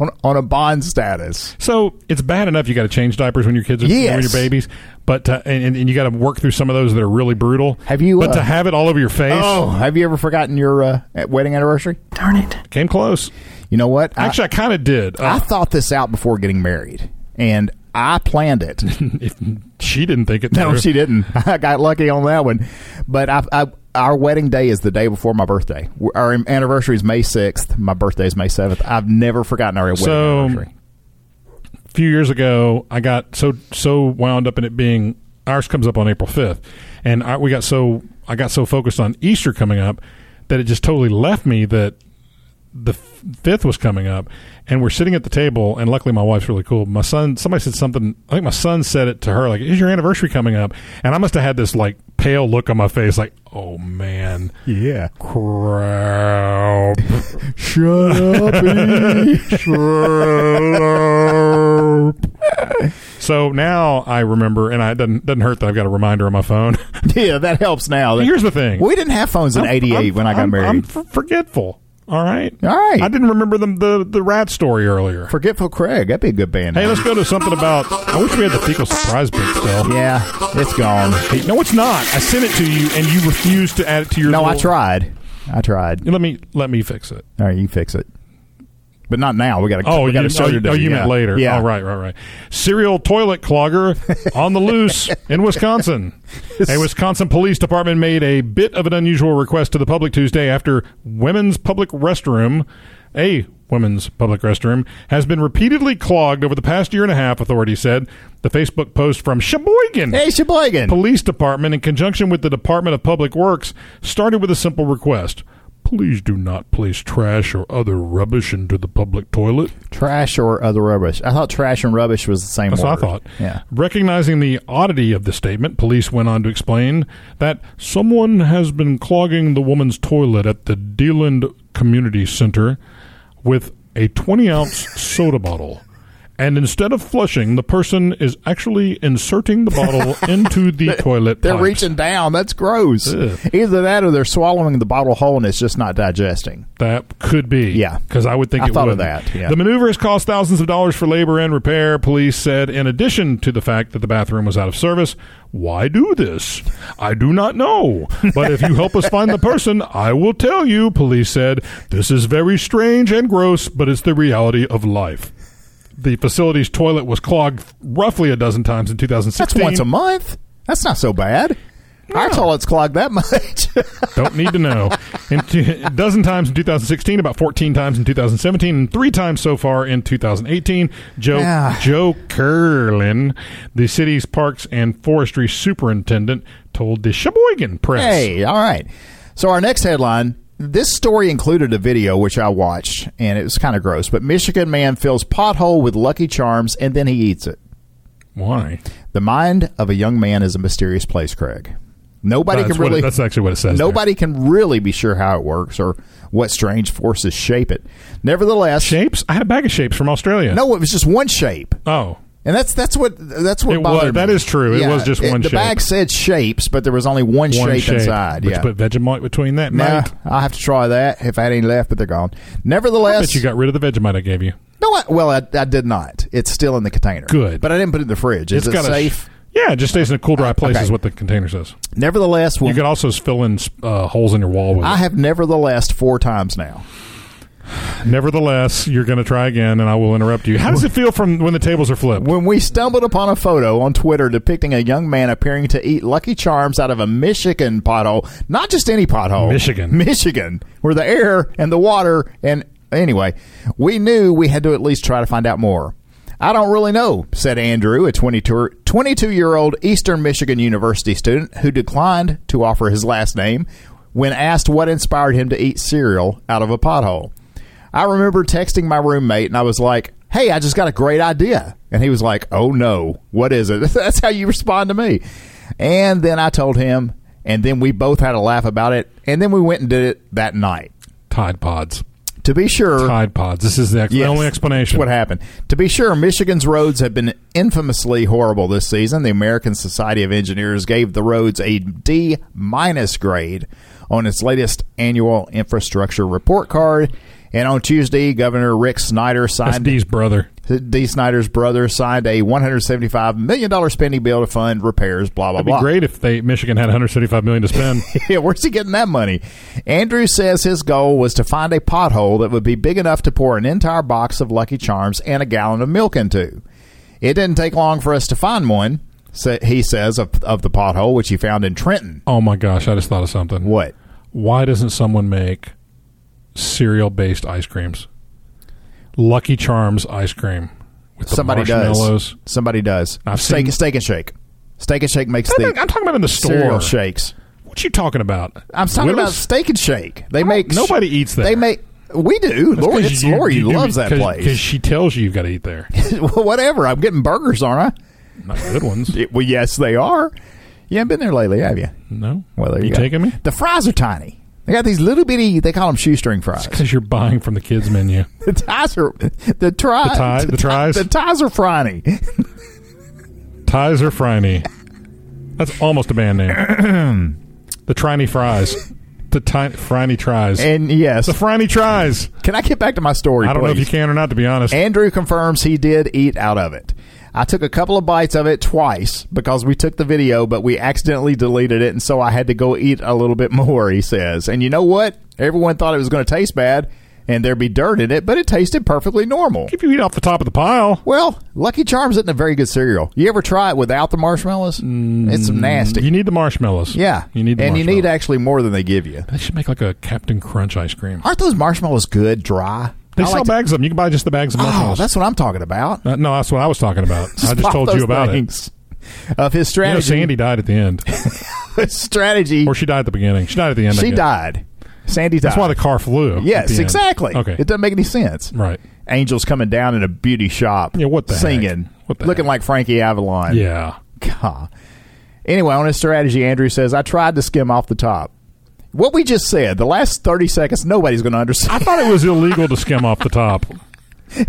Speaker 6: on, on a bond status.
Speaker 5: So it's bad enough you got to change diapers when your kids are
Speaker 6: Yes.
Speaker 5: when your babies, but to, and, and- and you got to work through some of those that are really brutal.
Speaker 6: Have you,
Speaker 5: But
Speaker 6: uh,
Speaker 5: to have it all over your face
Speaker 6: Oh, have you ever forgotten your uh, wedding anniversary?
Speaker 3: Darn it.
Speaker 5: came close.
Speaker 6: You know what? I-
Speaker 5: Actually, I kind of did.
Speaker 6: I
Speaker 5: Uh,
Speaker 6: thought this out before getting married, and I planned it.
Speaker 5: if she didn't think it.
Speaker 6: No,
Speaker 5: through.
Speaker 6: she didn't. I got lucky on that one. But I, I, our wedding day is the day before my birthday. Our anniversary is May sixth. My birthday is May seventh. I've never forgotten our wedding
Speaker 5: So-
Speaker 6: anniversary.
Speaker 5: A few years ago, I got so so wound up in it being ours comes up on April fifth, and I, we got so I got so focused on Easter coming up that it just totally left me that the f- fifth was coming up, and we're sitting at the table, and luckily my wife's really cool. My son, somebody said something. I think my son said it to her, like, "Is your anniversary coming up?" And I must have had this like pale look on my face, like, "Oh man,
Speaker 6: Yeah.
Speaker 5: crap."
Speaker 6: Shut up.
Speaker 5: so now I remember, and I it doesn't doesn't hurt that I've got a reminder on my phone.
Speaker 6: yeah, that helps now.
Speaker 5: Here's the thing.
Speaker 6: We didn't have phones in
Speaker 5: I'm-
Speaker 6: '88
Speaker 5: I'm-
Speaker 6: when I got
Speaker 5: I'm-
Speaker 6: married.
Speaker 5: I'm f- forgetful. All right.
Speaker 6: All right.
Speaker 5: I didn't remember the the, the rat story earlier.
Speaker 6: Forgetful Craig. That'd be a good band.
Speaker 5: Hey, let's go to something about. I wish we had the fecal surprise bit still.
Speaker 6: yeah, it's gone.
Speaker 5: Hey, no, it's not. I sent it to you, and you refused to add it to your.
Speaker 6: No, I
Speaker 5: little-
Speaker 6: tried. I tried.
Speaker 5: Let me let me fix it.
Speaker 6: All right, you fix it. But not now. We got to.
Speaker 5: Oh,
Speaker 6: we got
Speaker 5: you,
Speaker 6: a show
Speaker 5: oh,
Speaker 6: to
Speaker 5: you-
Speaker 6: do.
Speaker 5: oh, you
Speaker 6: yeah.
Speaker 5: meant later.
Speaker 6: Yeah.
Speaker 5: Oh, right, right, right. Serial toilet clogger on the loose in Wisconsin. A Wisconsin police department made a bit of an unusual request to the public Tuesday after women's public restroom, a women's public restroom, has been repeatedly clogged over the past year and a half, authorities said. The Facebook post from Sheboygan.
Speaker 6: Hey, Sheboygan.
Speaker 5: Police Department, in conjunction with the Department of Public Works, started with a simple request. Please do not place trash or other rubbish into the public toilet.
Speaker 6: trash or other rubbish. I thought trash and rubbish was the same.
Speaker 5: That's
Speaker 6: word.
Speaker 5: what I thought.
Speaker 6: Yeah.
Speaker 5: Recognizing the oddity of the statement, police went on to explain that someone has been clogging the woman's toilet at the Deland Community Center with a 20 ounce soda bottle. And instead of flushing, the person is actually inserting the bottle into the toilet.
Speaker 6: They're
Speaker 5: pipes.
Speaker 6: reaching down. That's gross.
Speaker 5: Ugh.
Speaker 6: Either that or they're swallowing the bottle whole and it's just not digesting.
Speaker 5: That could be.
Speaker 6: Yeah.
Speaker 5: Because I would think
Speaker 6: I
Speaker 5: it
Speaker 6: thought of
Speaker 5: would.
Speaker 6: that, yeah.
Speaker 5: The maneuver has cost thousands of dollars for labor and repair, police said, in addition to the fact that the bathroom was out of service. Why do this? I do not know. But if you help us find the person, I will tell you, police said. This is very strange and gross, but it's the reality of life. The facility's toilet was clogged roughly a dozen times in 2016.
Speaker 6: That's once a month. That's not so bad. Our toilets clogged that much.
Speaker 5: Don't need to know. In t- a dozen times in 2016, about 14 times in 2017, and three times so far in 2018. Joe
Speaker 6: Ah.
Speaker 5: Joe Curlin, the city's parks and forestry superintendent, told the Sheboygan Press.
Speaker 6: Hey, all right. So our next headline. This story included a video which I watched, and it was kind of gross. But Michigan man fills pothole with Lucky Charms, and then he eats it.
Speaker 5: Why?
Speaker 6: The mind of a young man is a mysterious place, Craig. Nobody
Speaker 5: That's,
Speaker 6: can
Speaker 5: what it-
Speaker 6: really
Speaker 5: that's actually what it says. there.
Speaker 6: nobody can really be sure how it works or what strange forces shape it. Nevertheless,
Speaker 5: Shapes? I had a bag of shapes from Australia.
Speaker 6: no, it was just one shape.
Speaker 5: Oh.
Speaker 6: And that's that's what that's what
Speaker 5: It was-
Speaker 6: bothered me.
Speaker 5: that is true. It was just one
Speaker 6: the
Speaker 5: shape.
Speaker 6: bag said shapes, but there was only
Speaker 5: One
Speaker 6: one, shape,
Speaker 5: shape,
Speaker 6: inside.
Speaker 5: But
Speaker 6: yeah.
Speaker 5: you put Vegemite between that,
Speaker 6: Nah,
Speaker 5: Mike.
Speaker 6: I'll have to try that if I had any left, but they're gone.
Speaker 5: I
Speaker 6: Nevertheless,
Speaker 5: bet you got rid of the Vegemite I gave you.
Speaker 6: no. I, well, I, I did not. It's still in the container.
Speaker 5: Good.
Speaker 6: but I didn't put it in the fridge.
Speaker 5: It's
Speaker 6: Is it
Speaker 5: got a-
Speaker 6: safe? Uh,
Speaker 5: yeah, it just stays in a cool, dry place,
Speaker 6: Okay.
Speaker 5: is what the container says.
Speaker 6: Nevertheless,
Speaker 5: You
Speaker 6: when
Speaker 5: could also fill in uh, holes in your wall with it.
Speaker 6: I have nevertheless four times now.
Speaker 5: Nevertheless, you're going to try again, and I will interrupt you. How does it feel from when the tables are flipped?
Speaker 6: When we stumbled upon a photo on Twitter depicting a young man appearing to eat Lucky Charms out of a Michigan pothole, not just any pothole,
Speaker 5: Michigan.
Speaker 6: Michigan, where the air and the water and anyway, we knew we had to at least try to find out more. I don't really know, said Andrew, a 22 year old Eastern Michigan University student who declined to offer his last name when asked what inspired him to eat cereal out of a pothole. I remember texting my roommate and I was like, hey, I just got a great idea. And he was like, oh no, what is it? That's how you respond to me. And then I told him, and then we both had a laugh about it. And then we went and did it that night.
Speaker 5: Tide Pods.
Speaker 6: To be sure,
Speaker 5: Tide Pods. This is the, ex- the
Speaker 6: Yes.
Speaker 5: only explanation.
Speaker 6: That's what happened. To be sure, Michigan's roads have been infamously horrible this season. The American Society of Engineers gave the roads a D minus grade on its latest annual infrastructure report card. And on Tuesday, Governor Rick Snyder
Speaker 5: That's
Speaker 6: signed
Speaker 5: Dee's brother.
Speaker 6: D. Snyder's brother signed a one hundred seventy five million dollar spending bill to fund repairs. Blah blah
Speaker 5: That'd be
Speaker 6: blah.
Speaker 5: great if they Michigan had 175 million to spend.
Speaker 6: yeah, where's he getting that money? Andrew says his goal was to find a pothole that would be big enough to pour an entire box of Lucky Charms and a gallon of milk into. It didn't take long for us to find one, sa- he says, of, of the pothole, which he found in Trenton.
Speaker 5: oh my gosh! I just thought of something.
Speaker 6: What?
Speaker 5: Why doesn't someone make cereal based ice creams? Lucky Charms ice cream with the
Speaker 6: Somebody
Speaker 5: marshmallows.
Speaker 6: does. Somebody does.
Speaker 5: I've
Speaker 6: steak,
Speaker 5: seen-
Speaker 6: steak and Shake. Steak and Shake makes
Speaker 5: I'm
Speaker 6: the
Speaker 5: talking about in the store.
Speaker 6: cereal shakes.
Speaker 5: What you talking about?
Speaker 6: I'm talking about
Speaker 5: Willis?
Speaker 6: Steak and Shake. They make
Speaker 5: nobody eats there.
Speaker 6: They make we do. Lori, it's Lori loves that
Speaker 5: because
Speaker 6: place.
Speaker 5: she tells you you've got to eat there.
Speaker 6: Whatever. I'm getting burgers, aren't I?
Speaker 5: Not good ones.
Speaker 6: It- well, yes, they are. You haven't been there lately, have you?
Speaker 5: No.
Speaker 6: Well, there you,
Speaker 5: you
Speaker 6: go.
Speaker 5: taking me?
Speaker 6: The fries are tiny. They got these little bitty. They call them shoestring fries.
Speaker 5: Because you're buying from the kids menu.
Speaker 6: The ties are the tries.
Speaker 5: The tie- the
Speaker 6: ti-
Speaker 5: tries?
Speaker 6: The ties are fryny.
Speaker 5: Ties or Friny. That's almost a band name. the Triny Fries. The ti- Friny Tries.
Speaker 6: And yes,
Speaker 5: the Friny Tries.
Speaker 6: can I get back to my story?
Speaker 5: I don't know if
Speaker 6: please?
Speaker 5: you can or not, to be honest.
Speaker 6: Andrew confirms he did eat out of it. I took a couple of bites of it twice because we took the video, but we accidentally deleted it, and so I had to go eat a little bit more, he says. And you know what? Everyone thought it was going to taste bad and there'd be dirt in it, but it tasted perfectly normal.
Speaker 5: if you eat off the top of the pile,
Speaker 6: Well, Lucky Charms isn't a very good cereal. You ever try it without the marshmallows? it's nasty.
Speaker 5: you need the marshmallows.
Speaker 6: yeah,
Speaker 5: Mm. You need the
Speaker 6: and you
Speaker 5: marshmallows.
Speaker 6: need actually more than they give you.
Speaker 5: They should make like a Captain Crunch ice cream.
Speaker 6: Aren't those marshmallows good dry?
Speaker 5: They
Speaker 6: I
Speaker 5: sell
Speaker 6: like to-
Speaker 5: bags of them. You can buy just the bags of
Speaker 6: oh,
Speaker 5: marshmallows.
Speaker 6: that's what I'm talking about.
Speaker 5: Uh, no, that's what I was talking about. I just
Speaker 6: pop
Speaker 5: told
Speaker 6: those
Speaker 5: you about
Speaker 6: things. Of his
Speaker 5: it. You know,
Speaker 6: strategy,
Speaker 5: Sandy died at the end,
Speaker 6: strategy.
Speaker 5: or she died at the beginning. She died at the end. I
Speaker 6: she
Speaker 5: guess.
Speaker 6: died. Sandy died.
Speaker 5: That's why the car flew. at the
Speaker 6: yes,
Speaker 5: end.
Speaker 6: exactly.
Speaker 5: Okay,
Speaker 6: it doesn't make any sense.
Speaker 5: right.
Speaker 6: Angels coming down in a beauty shop.
Speaker 5: Yeah, what the heck?
Speaker 6: singing,
Speaker 5: What the
Speaker 6: looking
Speaker 5: heck?
Speaker 6: like Frankie Avalon.
Speaker 5: Yeah,
Speaker 6: God. Anyway, on his strategy, Andrew says, I tried to skim off the top. What we just said, the last 30 seconds, nobody's going to
Speaker 5: I
Speaker 6: understand.
Speaker 5: thought it was illegal to skim off the top.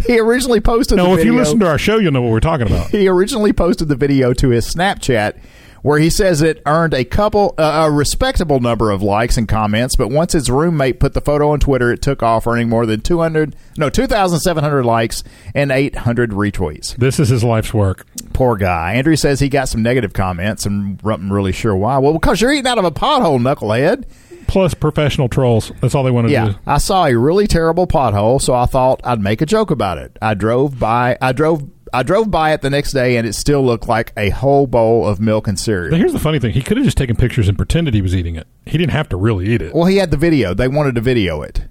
Speaker 6: He originally posted
Speaker 5: No,
Speaker 6: the
Speaker 5: if
Speaker 6: video.
Speaker 5: you listen to our show, you'll know what we're talking about.
Speaker 6: he originally posted the video to his Snapchat where he says it earned a couple uh, a respectable number of likes and comments, but once his roommate put the photo on Twitter, it took off earning more than 200 no, 2700 likes and 800 retweets.
Speaker 5: This is his life's work.
Speaker 6: Poor guy. Andrew says he got some negative comments and wasn't really sure why. Well, because you're eating out of a pothole, knucklehead.
Speaker 5: Plus professional trolls. That's all they want to
Speaker 6: Yeah,
Speaker 5: do.
Speaker 6: I saw a really terrible pothole, so I thought I'd make a joke about it. I drove by. I drove. I drove by it the next day, and it still looked like a whole bowl of milk and
Speaker 5: Now,
Speaker 6: cereal.
Speaker 5: here's the funny thing: he could have just taken pictures and pretended he was eating it. He didn't have to really eat it.
Speaker 6: Well, he had the video. They wanted to video it,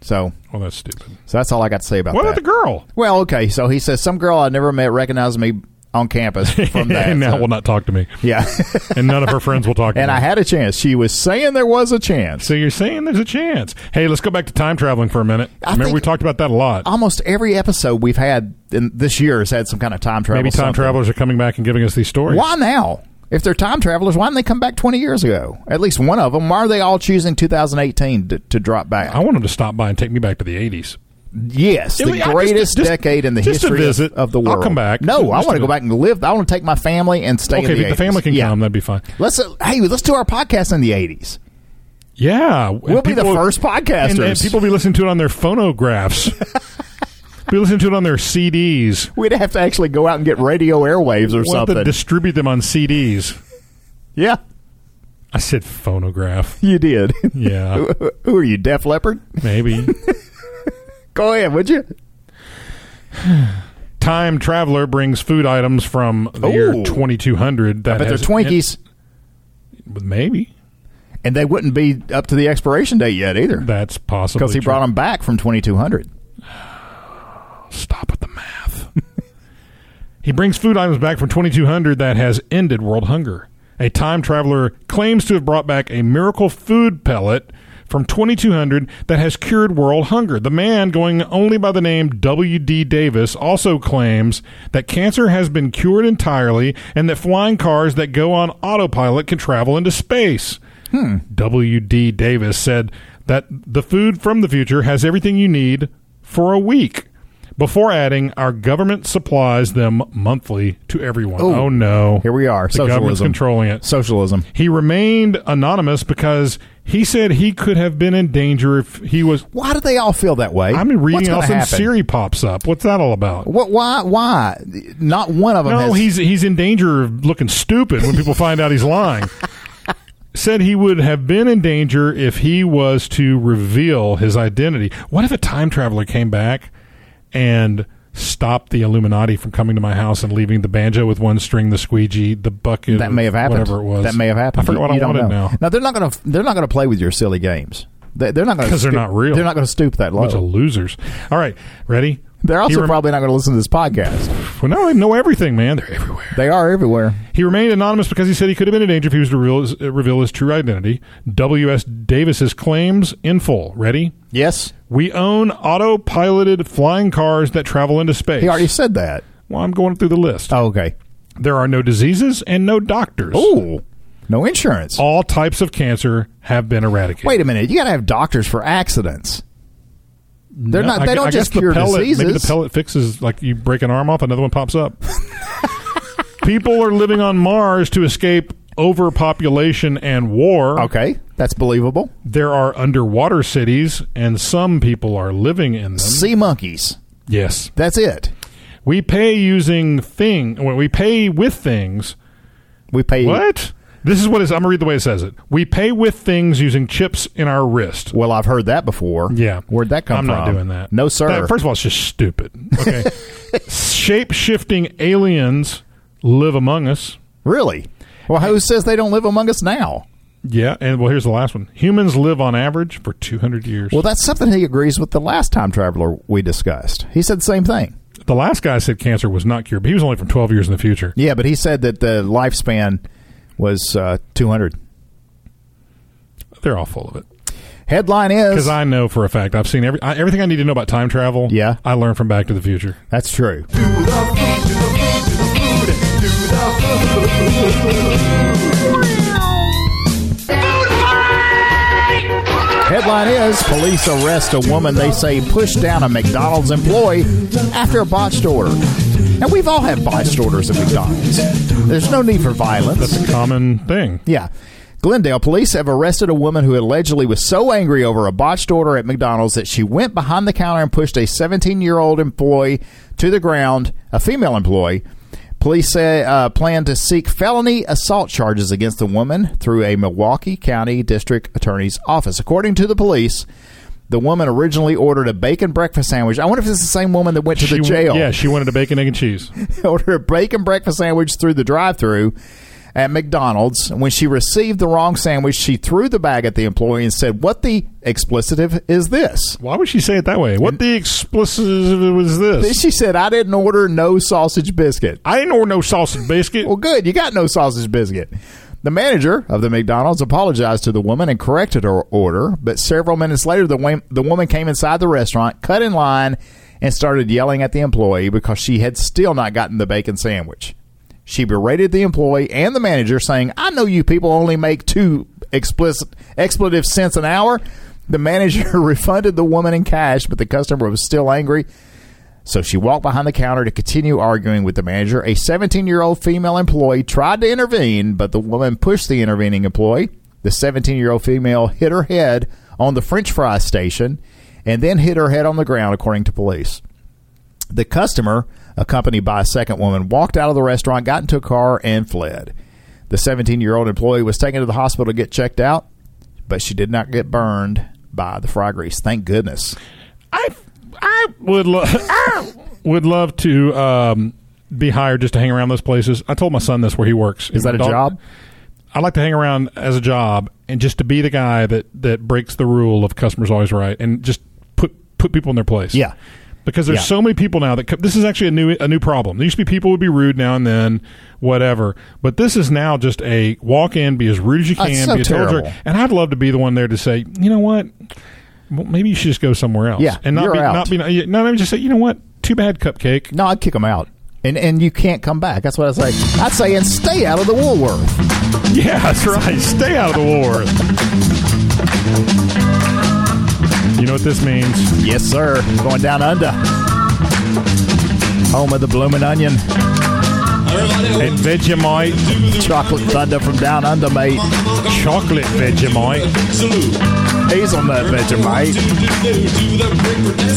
Speaker 6: so
Speaker 5: Well, Oh, that's stupid.
Speaker 6: so that's all I got to say about
Speaker 5: What
Speaker 6: that.
Speaker 5: about the girl?
Speaker 6: Well, okay. So he says some girl I never met recognized me on campus from that.
Speaker 5: and now
Speaker 6: so-
Speaker 5: will not talk to me,
Speaker 6: yeah.
Speaker 5: and none of her friends will talk. to
Speaker 6: and
Speaker 5: me.
Speaker 6: I had a chance. She was saying there was a chance.
Speaker 5: So you're saying there's a chance? Hey, let's go back to time traveling for a minute.
Speaker 6: I
Speaker 5: Remember
Speaker 6: think-
Speaker 5: we talked about that a lot.
Speaker 6: almost every episode we've had in this year has had some kind of time travel.
Speaker 5: Maybe time
Speaker 6: something.
Speaker 5: travelers are coming back and giving us these stories.
Speaker 6: Why now? If they're time travelers, why didn't they come back 20 years ago? At least one of them. Why are they all choosing 2018 to, to drop back?
Speaker 5: I want them to stop by and take me back to the 80s.
Speaker 6: yes, the
Speaker 5: I mean, I just-
Speaker 6: greatest
Speaker 5: just-
Speaker 6: decade in the
Speaker 5: just a
Speaker 6: history of-
Speaker 5: visit.
Speaker 6: Of, the
Speaker 5: I'll
Speaker 6: world.
Speaker 5: come back.
Speaker 6: No, I
Speaker 5: Just
Speaker 6: want to
Speaker 5: a-
Speaker 6: go back and live. I want to take my family and stay
Speaker 5: Okay,
Speaker 6: in the
Speaker 5: but the
Speaker 6: 80s.
Speaker 5: family can
Speaker 6: yeah.
Speaker 5: come. That'd be fine.
Speaker 6: Let's uh, hey, let's do our podcast in the 80s.
Speaker 5: Yeah.
Speaker 6: We'll be the first podcasters.
Speaker 5: And, and people will be listening to it on their phonographs. be listening to it on their CDs.
Speaker 6: We'd have to actually go out and get radio airwaves or
Speaker 5: We'll have to
Speaker 6: something.
Speaker 5: distribute them on CDs.
Speaker 6: yeah,
Speaker 5: I said phonograph.
Speaker 6: you did.
Speaker 5: Yeah,
Speaker 6: Who are you, Def Leppard?
Speaker 5: maybe.
Speaker 6: Go ahead, would you?
Speaker 5: Time traveler brings food items from the year
Speaker 6: Ooh.
Speaker 5: 2200. That
Speaker 6: But they're
Speaker 5: has-
Speaker 6: Twinkies,
Speaker 5: Maybe
Speaker 6: and they wouldn't be up to the expiration date yet either
Speaker 5: that's possible
Speaker 6: because he brought them back from 2200.
Speaker 5: Stop at the math. he brings food items back from 2200 that has ended world hunger. A time traveler claims to have brought back a miracle food pellet from 2200 that has cured world hunger. The man, going only by the name W.D. Davis, also claims that cancer has been cured entirely and that flying cars that go on autopilot can travel into space. Hmm. W.D. Davis said that the food from the future has everything you need for a week. Before adding, our government supplies them monthly to everyone.
Speaker 6: Ooh.
Speaker 5: oh no!
Speaker 6: Here we are.
Speaker 5: The government's
Speaker 6: Socialism.
Speaker 5: controlling it.
Speaker 6: Socialism.
Speaker 5: He remained anonymous because he said he could have been in danger if he was.
Speaker 6: Why do they all feel that way?
Speaker 5: I'm
Speaker 6: What's
Speaker 5: reading
Speaker 6: gonna
Speaker 5: all some
Speaker 6: happen?
Speaker 5: Siri pops up. What's that all about?
Speaker 6: What? Why? Why? Not one of them.
Speaker 5: No,
Speaker 6: has,
Speaker 5: he's he's in danger of looking stupid when people find out he's lying. Said he would have been in danger if he was to reveal his identity. What if a time traveler came back and stopped the Illuminati from coming to my house and leaving the banjo with one string, the squeegee, the bucket,
Speaker 6: that may have happened.
Speaker 5: Whatever it was,
Speaker 6: That may have happened.
Speaker 5: I forgot
Speaker 6: You-
Speaker 5: what
Speaker 6: you
Speaker 5: I
Speaker 6: don't
Speaker 5: wanted
Speaker 6: know.
Speaker 5: now.
Speaker 6: Now they're not going to. They're not going to play with your silly games. They, they're not going to
Speaker 5: 'Cause they're not real.
Speaker 6: They're not going to stoop that low.
Speaker 5: Bunch of losers. All right, ready?
Speaker 6: they're
Speaker 5: He
Speaker 6: also
Speaker 5: rem-
Speaker 6: probably not going to listen to this podcast.
Speaker 5: Well, no, they know everything, man. They're everywhere.
Speaker 6: They are everywhere.
Speaker 5: He remained anonymous because he said he could have been in danger if he was to reveal his, uh, reveal his true identity. W.S. Davis's claims in full. Ready?
Speaker 6: Yes,
Speaker 5: We own autopiloted flying cars that travel into space.
Speaker 6: he already said that.
Speaker 5: well, I'm going through the list.
Speaker 6: Oh, okay.
Speaker 5: There are no diseases and no doctors.
Speaker 6: Oh, no insurance.
Speaker 5: All types of cancer have been eradicated.
Speaker 6: Wait a minute. You got to have doctors for accidents. They're
Speaker 5: No,
Speaker 6: not.
Speaker 5: I
Speaker 6: They
Speaker 5: gu-
Speaker 6: don't
Speaker 5: I
Speaker 6: just
Speaker 5: guess the
Speaker 6: cure
Speaker 5: pellet,
Speaker 6: diseases.
Speaker 5: Maybe the pellet fixes, like you break an arm off, another one pops up. People are living on Mars to escape overpopulation and war.
Speaker 6: okay, that's believable.
Speaker 5: There are underwater cities, and some people are living in them.
Speaker 6: Sea monkeys.
Speaker 5: Yes,
Speaker 6: That's it.
Speaker 5: we pay using thing. Well, we pay with things.
Speaker 6: We pay.
Speaker 5: What? This is what is. I'm gonna read the way it says it. We pay with things using chips in our wrist.
Speaker 6: Well, I've heard that before.
Speaker 5: Yeah,
Speaker 6: Where'd that come
Speaker 5: I'm
Speaker 6: from?
Speaker 5: not doing that.
Speaker 6: No, sir.
Speaker 5: That- first of all, it's just stupid. Okay, shape shifting aliens live among us.
Speaker 6: Really? Well, who says they don't live among us now?
Speaker 5: Yeah, and well, here's the last one. Humans live on average for 200 years.
Speaker 6: Well, that's something he agrees with the last time traveler we discussed. He said the same thing.
Speaker 5: the last guy said cancer was not cured, but he was only from 12 years in the future.
Speaker 6: Yeah, but he said that the lifespan was uh, 200.
Speaker 5: They're all full of it.
Speaker 6: Headline
Speaker 5: Because
Speaker 6: is
Speaker 5: I know for a fact, I've seen every I, everything I need to know about time travel.
Speaker 6: Yeah.
Speaker 5: I learned from Back to the Future.
Speaker 6: that's true. Headline is police arrest a woman they say pushed down a McDonald's employee after a botched order. And we've all had botched orders at McDonald's. There's no need for violence.
Speaker 5: That's a common thing.
Speaker 6: Yeah. Glendale police have arrested a woman who allegedly was so angry over a botched order at McDonald's that she went behind the counter and pushed a 17 year old employee to the ground, a female employee. Police say, uh, plan to seek felony assault charges against the woman through a Milwaukee County District Attorney's office. According to the police, the woman originally ordered a bacon breakfast sandwich. I wonder if it's the same woman that went to the
Speaker 5: She-
Speaker 6: jail
Speaker 5: Yeah, she wanted a bacon, egg, and cheese.
Speaker 6: ordered a bacon breakfast sandwich through the drive-through at McDonald's. When she received the wrong sandwich, she threw the bag at the employee and said, "What the explicative is this?"
Speaker 5: Why would she say it that way? What the explicit was this?
Speaker 6: She said, "I didn't order no sausage biscuit."
Speaker 5: I didn't order no sausage biscuit.
Speaker 6: Well, good, you got no sausage biscuit. The manager of the McDonald's apologized to the woman and corrected her order, but several minutes later, the, wa- the woman came inside the restaurant, cut in line, and started yelling at the employee because she had still not gotten the bacon sandwich. She berated the employee and the manager, saying, I know you people only make two explicit expletive cents an hour. The manager refunded the woman in cash, but the customer was still angry so she walked behind the counter to continue arguing with the manager. A 17 year old female employee tried to intervene, but the woman pushed the intervening employee. The 17 year old female hit her head on the french fry station and then hit her head on the ground, according to police. The customer, accompanied by a second woman, walked out of the restaurant, got into a car, and fled. The 17 year old employee was taken to the hospital to get checked out, but she did not get burned by the fry grease. Thank goodness.
Speaker 5: I I Oh. would lo- I would love to um, be hired just to hang around those places. I told my son this where he works.
Speaker 6: Is that a job?
Speaker 5: I'd like to hang around as a job and just to be the guy that that breaks the rule of customers always right and just put put people in their place.
Speaker 6: Yeah.
Speaker 5: Because there's
Speaker 6: Yeah.
Speaker 5: so many people now that co- this is actually a new a new problem. There used to be people would be rude now and then, whatever. But this is now just a walk in, be as rude as you
Speaker 6: That's
Speaker 5: can,
Speaker 6: so
Speaker 5: be a total jerk.
Speaker 6: terrible.
Speaker 5: And I'd love to be the one there to say, you know what, well, maybe you should just go somewhere else.
Speaker 6: Yeah,
Speaker 5: and not
Speaker 6: you're
Speaker 5: be
Speaker 6: out.
Speaker 5: not be no, no, no, just say, you know what, too bad, cupcake.
Speaker 6: No, I'd kick them out. And and you can't come back. That's what I say. I'd say and stay out of the Woolworth.
Speaker 5: Yeah, that's right. Stay out of the war. You know what this means.
Speaker 6: Yes, sir. Going down under. Home of the bloomin' onion.
Speaker 5: At Vegemite,
Speaker 6: Chocolate thunder from down under, mate.
Speaker 5: chocolate Vegemite.
Speaker 6: Hazelnut Vegemite.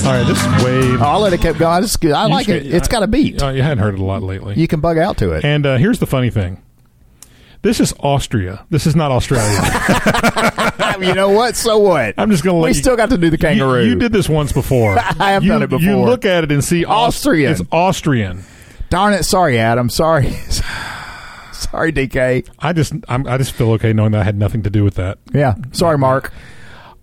Speaker 5: All right, this wave.
Speaker 6: All of Oh, it kept going. It's good. I like it. It's got a beat.
Speaker 5: Oh, you hadn't heard it a lot lately.
Speaker 6: You can bug out to it.
Speaker 5: And uh, here's the funny thing. This is Austria. This is not Australia.
Speaker 6: you know what? So what?
Speaker 5: I'm just going to let
Speaker 6: We
Speaker 5: you,
Speaker 6: still got to do the kangaroo.
Speaker 5: You, you did this once before.
Speaker 6: I have
Speaker 5: you,
Speaker 6: done it
Speaker 5: You
Speaker 6: before.
Speaker 5: look at it and see Aus-
Speaker 6: Austrian.
Speaker 5: It's Austrian.
Speaker 6: Darn it! Sorry, Adam. Sorry. sorry, DK.
Speaker 5: I just I'm, I just feel okay knowing that I had nothing to do with that.
Speaker 6: Yeah. Sorry, Mark.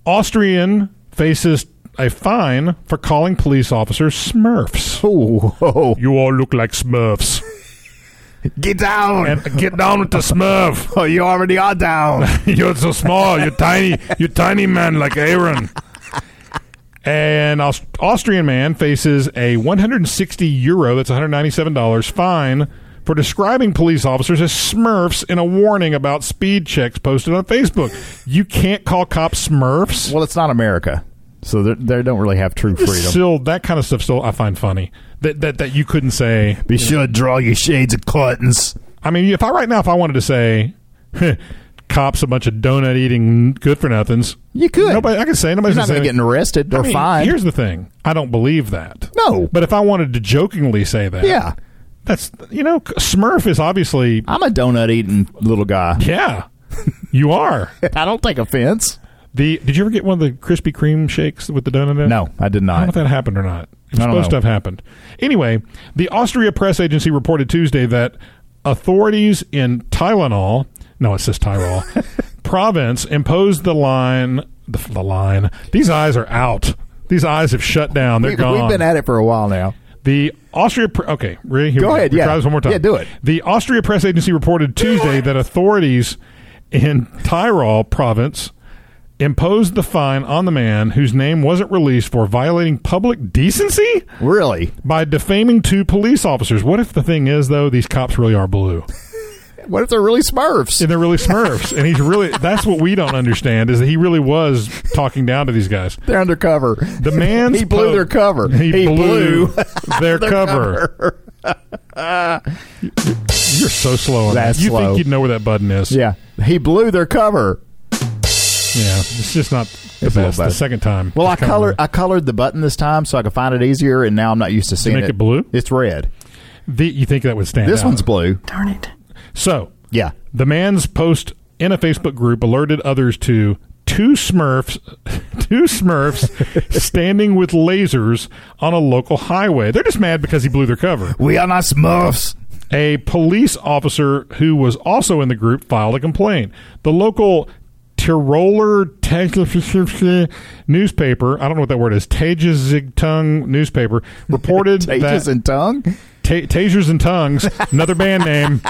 Speaker 5: Austrian faces a fine for calling police officers Smurfs.
Speaker 6: Oh, whoa.
Speaker 5: You all look like Smurfs.
Speaker 6: get down!
Speaker 5: And get down with the Smurf.
Speaker 6: oh, you already are down.
Speaker 5: You're so small. You're tiny. You're tiny man like Aaron. An Aus- Austrian man faces a 160 euro, that's $197, fine for describing police officers as Smurfs in a warning about speed checks posted on Facebook. You can't call cops Smurfs.
Speaker 6: well, it's not America, so they they don't really have true freedom.
Speaker 5: Still, that kind of stuff still I find funny. That, that, that you couldn't say.
Speaker 6: Be sure to draw your shades of curtains.
Speaker 5: I mean, if I right now, if I wanted to say, cops a bunch of donut eating good for nothings,
Speaker 6: You could.
Speaker 5: Nobody, I could say nobody's
Speaker 6: You're not
Speaker 5: gonna
Speaker 6: going
Speaker 5: say
Speaker 6: to get
Speaker 5: anything.
Speaker 6: arrested
Speaker 5: I
Speaker 6: or
Speaker 5: mean,
Speaker 6: fined.
Speaker 5: Here's the thing: I don't believe that.
Speaker 6: No.
Speaker 5: but if I wanted to jokingly say that,
Speaker 6: Yeah.
Speaker 5: that's you know, Smurf is obviously
Speaker 6: I'm a donut eating little guy.
Speaker 5: yeah, you are.
Speaker 6: I don't take offense.
Speaker 5: The did you ever get one of the Krispy Kreme shakes with the donut in? it?
Speaker 6: No, I did
Speaker 5: I don't know
Speaker 6: not.
Speaker 5: if that happened or not. It was
Speaker 6: I don't
Speaker 5: supposed
Speaker 6: know.
Speaker 5: to have happened. Anyway, the Austria press agency reported Tuesday that authorities in Tylenol, no, it says Tyrol, province imposed the line. The, the line. These eyes are out. These eyes have shut down. They're
Speaker 6: We,
Speaker 5: gone.
Speaker 6: have been at it for a while now.
Speaker 5: The Austria. Pre- okay, ready? Here
Speaker 6: Go
Speaker 5: we
Speaker 6: ahead,
Speaker 5: We
Speaker 6: yeah.
Speaker 5: Try this one more time.
Speaker 6: Yeah, do it.
Speaker 5: The Austria press agency reported Tuesday that authorities in Tyrol province imposed the fine on the man whose name wasn't released for violating public decency
Speaker 6: Really?
Speaker 5: by defaming two police officers. What if the thing is though? These cops really are blue,
Speaker 6: What if they're really Smurfs?
Speaker 5: and they're really Smurfs, and he's really. That's what we don't understand is that he really was talking down to these guys.
Speaker 6: They're undercover.
Speaker 5: The man's
Speaker 6: he blew
Speaker 5: po-
Speaker 6: their cover.
Speaker 5: He, blew, their, cover.
Speaker 6: cover.
Speaker 5: You're so slow. On
Speaker 6: That's
Speaker 5: that. You
Speaker 6: slow.
Speaker 5: think you'd know where that button is?
Speaker 6: Yeah, he blew their cover.
Speaker 5: yeah. It's just not the
Speaker 6: It's a little
Speaker 5: best. The
Speaker 6: bad.
Speaker 5: second time.
Speaker 6: Well, I
Speaker 5: It's kinda
Speaker 6: colored
Speaker 5: weird.
Speaker 6: I colored the button this time so I could find it easier, and now I'm not used to seeing
Speaker 5: make it blue?
Speaker 6: It's red.
Speaker 5: The- you think that would stand?
Speaker 6: This
Speaker 5: out.
Speaker 6: one's blue.
Speaker 3: Darn it.
Speaker 5: so.
Speaker 6: Yeah,
Speaker 5: The man's post in a Facebook group alerted others to two Smurfs, two Smurfs standing with lasers on a local highway. They're just mad because he blew their cover.
Speaker 6: we are not Smurfs.
Speaker 5: A police officer who was also in the group filed a complaint. The local Tiroler Tagesschrift newspaper, I don't know what that word is, Tageszeitung newspaper, reported
Speaker 6: Pages
Speaker 5: that
Speaker 6: and tongue.
Speaker 5: Ta- Tasers and Tongues, another band name,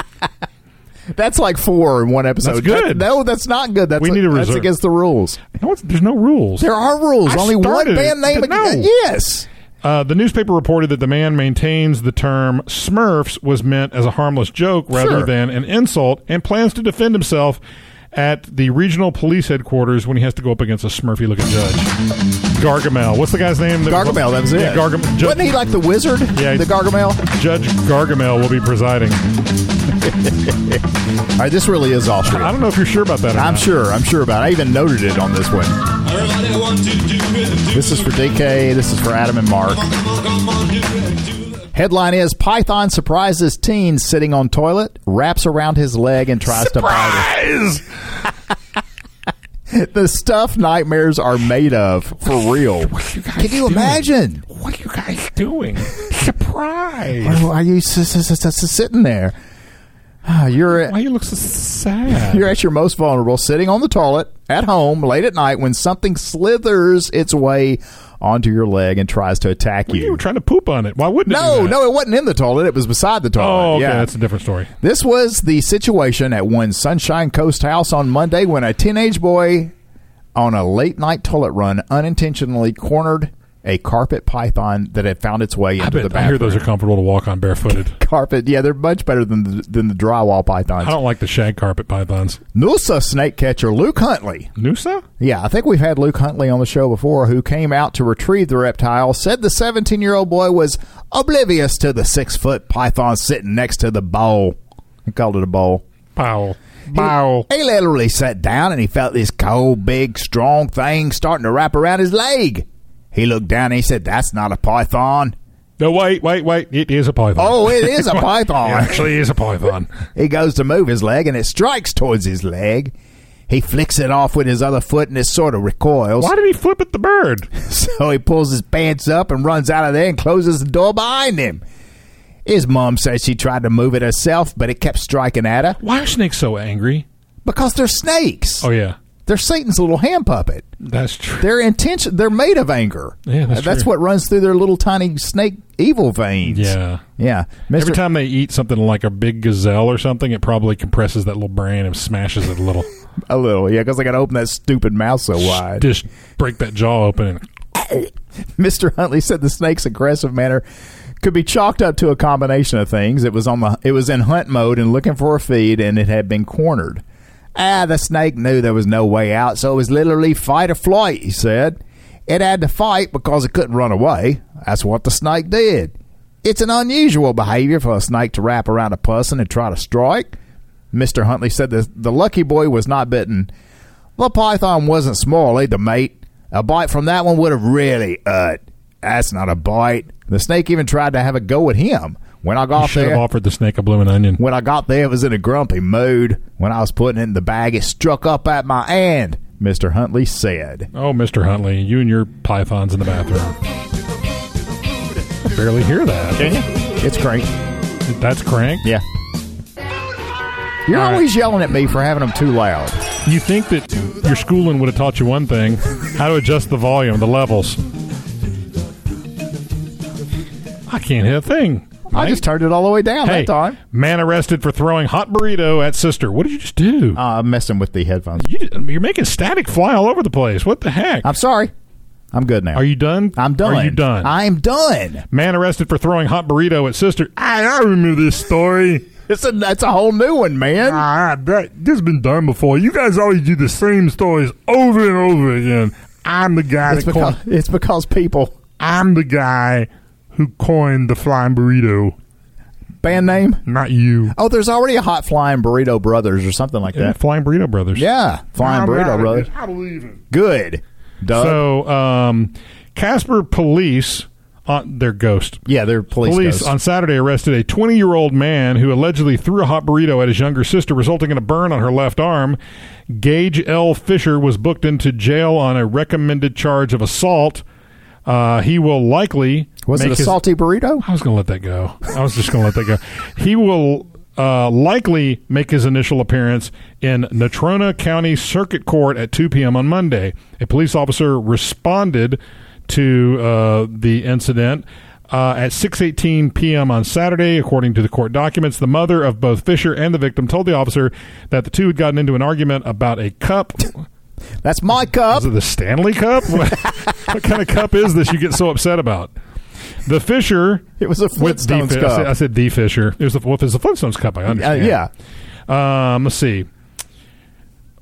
Speaker 6: That's like four in one episode.
Speaker 5: That's good.
Speaker 6: That- no, that's not good. That's
Speaker 5: We need a
Speaker 6: that's
Speaker 5: reserve.
Speaker 6: against the rules.
Speaker 5: no, it's- there's no rules.
Speaker 6: There are rules.
Speaker 5: I
Speaker 6: Only one
Speaker 5: started it,
Speaker 6: band name.
Speaker 5: but
Speaker 6: ag-
Speaker 5: no.
Speaker 6: Yes.
Speaker 5: Uh, the newspaper reported that the man maintains the term Smurfs was meant as a harmless joke rather
Speaker 6: Sure.
Speaker 5: than an insult and plans to defend himself at the regional police headquarters when he has to go up against a Smurfy looking judge. Gargamel. What's the guy's name? that-
Speaker 6: Gargamel. That was it.
Speaker 5: Yeah, Gargam- Ju-
Speaker 6: Wasn't he like the wizard?
Speaker 5: Yeah,
Speaker 6: The
Speaker 5: he-
Speaker 6: Gargamel.
Speaker 5: Judge Gargamel will be presiding.
Speaker 6: All right. This really is Austria.
Speaker 5: I don't know if you're sure about that or
Speaker 6: I'm
Speaker 5: not.
Speaker 6: sure. I'm sure about. it. I even noted it on this one. This is for DK. This is for Adam and Mark. Headline is Python surprises teen sitting on toilet, wraps around his leg, and tries to bite the stuff nightmares are made of for real. Can you imagine?
Speaker 5: What are you guys doing? Surprise!
Speaker 6: Are you s- s- s- s- sitting there? Ah, You're at,
Speaker 5: Why you look so sad?
Speaker 6: you're at your most vulnerable, sitting on the toilet at home late at night when something slithers its way onto your leg and tries to attack
Speaker 5: You
Speaker 6: you.
Speaker 5: were trying to poop on it. Why wouldn't it?
Speaker 6: No,
Speaker 5: do that?
Speaker 6: no, it wasn't in the toilet. It was beside the toilet.
Speaker 5: Oh, okay,
Speaker 6: yeah.
Speaker 5: that's a different story.
Speaker 6: This was the situation at one Sunshine Coast house on Monday when a teenage boy on a late night toilet run unintentionally cornered a carpet python that had found its way into
Speaker 5: I
Speaker 6: the
Speaker 5: bet I
Speaker 6: bathroom.
Speaker 5: hear those are comfortable to walk on barefooted.
Speaker 6: carpet. Yeah, they're much better than the, than the drywall pythons.
Speaker 5: I don't like the shag carpet pythons.
Speaker 6: Noosa snake catcher Luke Huntley.
Speaker 5: Noosa?
Speaker 6: Yeah, I think we've had Luke Huntley on the show before, who came out to retrieve the reptile, said the 17 year old boy was oblivious to the six foot python sitting next to the bowl. He called it a bowl.
Speaker 5: Bow. Bow.
Speaker 6: He literally sat down and he felt this cold, big, strong thing starting to wrap around his leg. He looked down and he said, That's not a python.
Speaker 5: No, wait, wait, wait. It is a python.
Speaker 6: Oh, it is a python.
Speaker 5: It actually is a python.
Speaker 6: He goes to move his leg and it strikes towards his leg. He flicks it off with his other foot and it sort of recoils.
Speaker 5: Why did he flip at the bird?
Speaker 6: So he pulls his pants up and runs out of there and closes the door behind him. His mom says she tried to move it herself, but it kept striking at her
Speaker 5: Why are snakes so angry?
Speaker 6: because they're snakes.
Speaker 5: Oh, yeah.
Speaker 6: They're Satan's little hand puppet.
Speaker 5: That's true.
Speaker 6: Their intention, they're made of anger.
Speaker 5: Yeah, that's true.
Speaker 6: what runs through their little tiny snake evil veins.
Speaker 5: Yeah.
Speaker 6: yeah.
Speaker 5: Every
Speaker 6: Mr.
Speaker 5: time they eat something like a big gazelle or something, it probably compresses that little brain and smashes it a little.
Speaker 6: a little, yeah, because I got to open that stupid mouth so wide.
Speaker 5: Just break that jaw open and
Speaker 6: Mr. Huntley said the snake's aggressive manner could be chalked up to a combination of things. It was on the it was in hunt mode and looking for a feed, and it had been cornered. Ah, the snake knew there was no way out, so it was literally fight or flight. He said it had to fight because it couldn't run away. That's what the snake did. It's an unusual behavior for a snake to wrap around a person and try to strike. Mr. Huntley said the, the lucky boy was not bitten. The python wasn't small either, mate. A bite from that one would have really hurt. That's not a bite. The snake even tried to have a go at him. When I
Speaker 5: you
Speaker 6: got
Speaker 5: should
Speaker 6: there,
Speaker 5: have offered the snake a blooming onion.
Speaker 6: when I got there, it was in a grumpy mood. When I was putting it in the bag, it struck up at my hand. Mister Huntley said,
Speaker 5: Oh, Mr. Huntley, you and your pythons in the bathroom. I barely hear that.
Speaker 6: "It's great.
Speaker 5: That's crank.
Speaker 6: Yeah." You're
Speaker 5: All right.
Speaker 6: always yelling at me for having them too loud.
Speaker 5: You think that your schooling would have taught you one thing how to adjust the volume, the levels. I can't hit a thing.
Speaker 6: I just turned it all the way down
Speaker 5: Hey,
Speaker 6: that time.
Speaker 5: man arrested for throwing hot burrito at sister. What did you just do?
Speaker 6: Uh, I'm messing with the headphones.
Speaker 5: you, did- you're making static fly all over the place. What the heck?
Speaker 6: I'm sorry. I'm good now.
Speaker 5: Are you done?
Speaker 6: I'm done.
Speaker 5: Are you done?
Speaker 6: I'm done.
Speaker 5: man arrested for throwing hot burrito at sister. I, I remember this story.
Speaker 6: It's a, that's a whole new one, man.
Speaker 5: Ah, that, this has been done before. You guys always do the same stories over and over again. I'm the guy
Speaker 6: it's,
Speaker 5: that
Speaker 6: because,
Speaker 5: coined,
Speaker 6: it's because people.
Speaker 5: I'm the guy who coined the flying burrito,
Speaker 6: Band name?
Speaker 5: not you.
Speaker 6: Oh, there's already a Hot Flying Burrito Brothers or something like that.
Speaker 5: Flying Burrito Brothers.
Speaker 6: Yeah, Flying Burrito Uh, Brothers.
Speaker 5: I believe in.
Speaker 6: Good. Doug.
Speaker 5: So, um, Casper police uh, on their ghost.
Speaker 6: yeah, they're police.
Speaker 5: Police
Speaker 6: ghosts.
Speaker 5: on Saturday arrested a 20 year old man who allegedly threw a hot burrito at his younger sister, resulting in a burn on her left arm. Gage L. Fisher was booked into jail on a recommended charge of assault. Uh, he will likely.
Speaker 6: was it
Speaker 5: make
Speaker 6: a
Speaker 5: his-
Speaker 6: salty burrito?
Speaker 5: I was going to let that go. I was just going to let that go. He will uh, likely make his initial appearance in Natrona County Circuit Court at 2 p.m. on Monday. A police officer responded to uh, the incident. Uh, at 6:18 p.m. on Saturday, according to the court documents, the mother of both Fisher and the victim told the officer that the two had gotten into an argument about a cup.
Speaker 6: That's my cup.
Speaker 5: Is it the Stanley Cup? What, what kind of cup is this you get so upset about? The Fisher.
Speaker 6: It was a
Speaker 5: with the
Speaker 6: Flintstones
Speaker 5: Fi- I said, I
Speaker 6: cup.
Speaker 5: said the Fisher. It was the, well, if it's the Flintstones Cup, I
Speaker 6: Uh,
Speaker 5: understand.
Speaker 6: yeah.
Speaker 5: Um, let's see.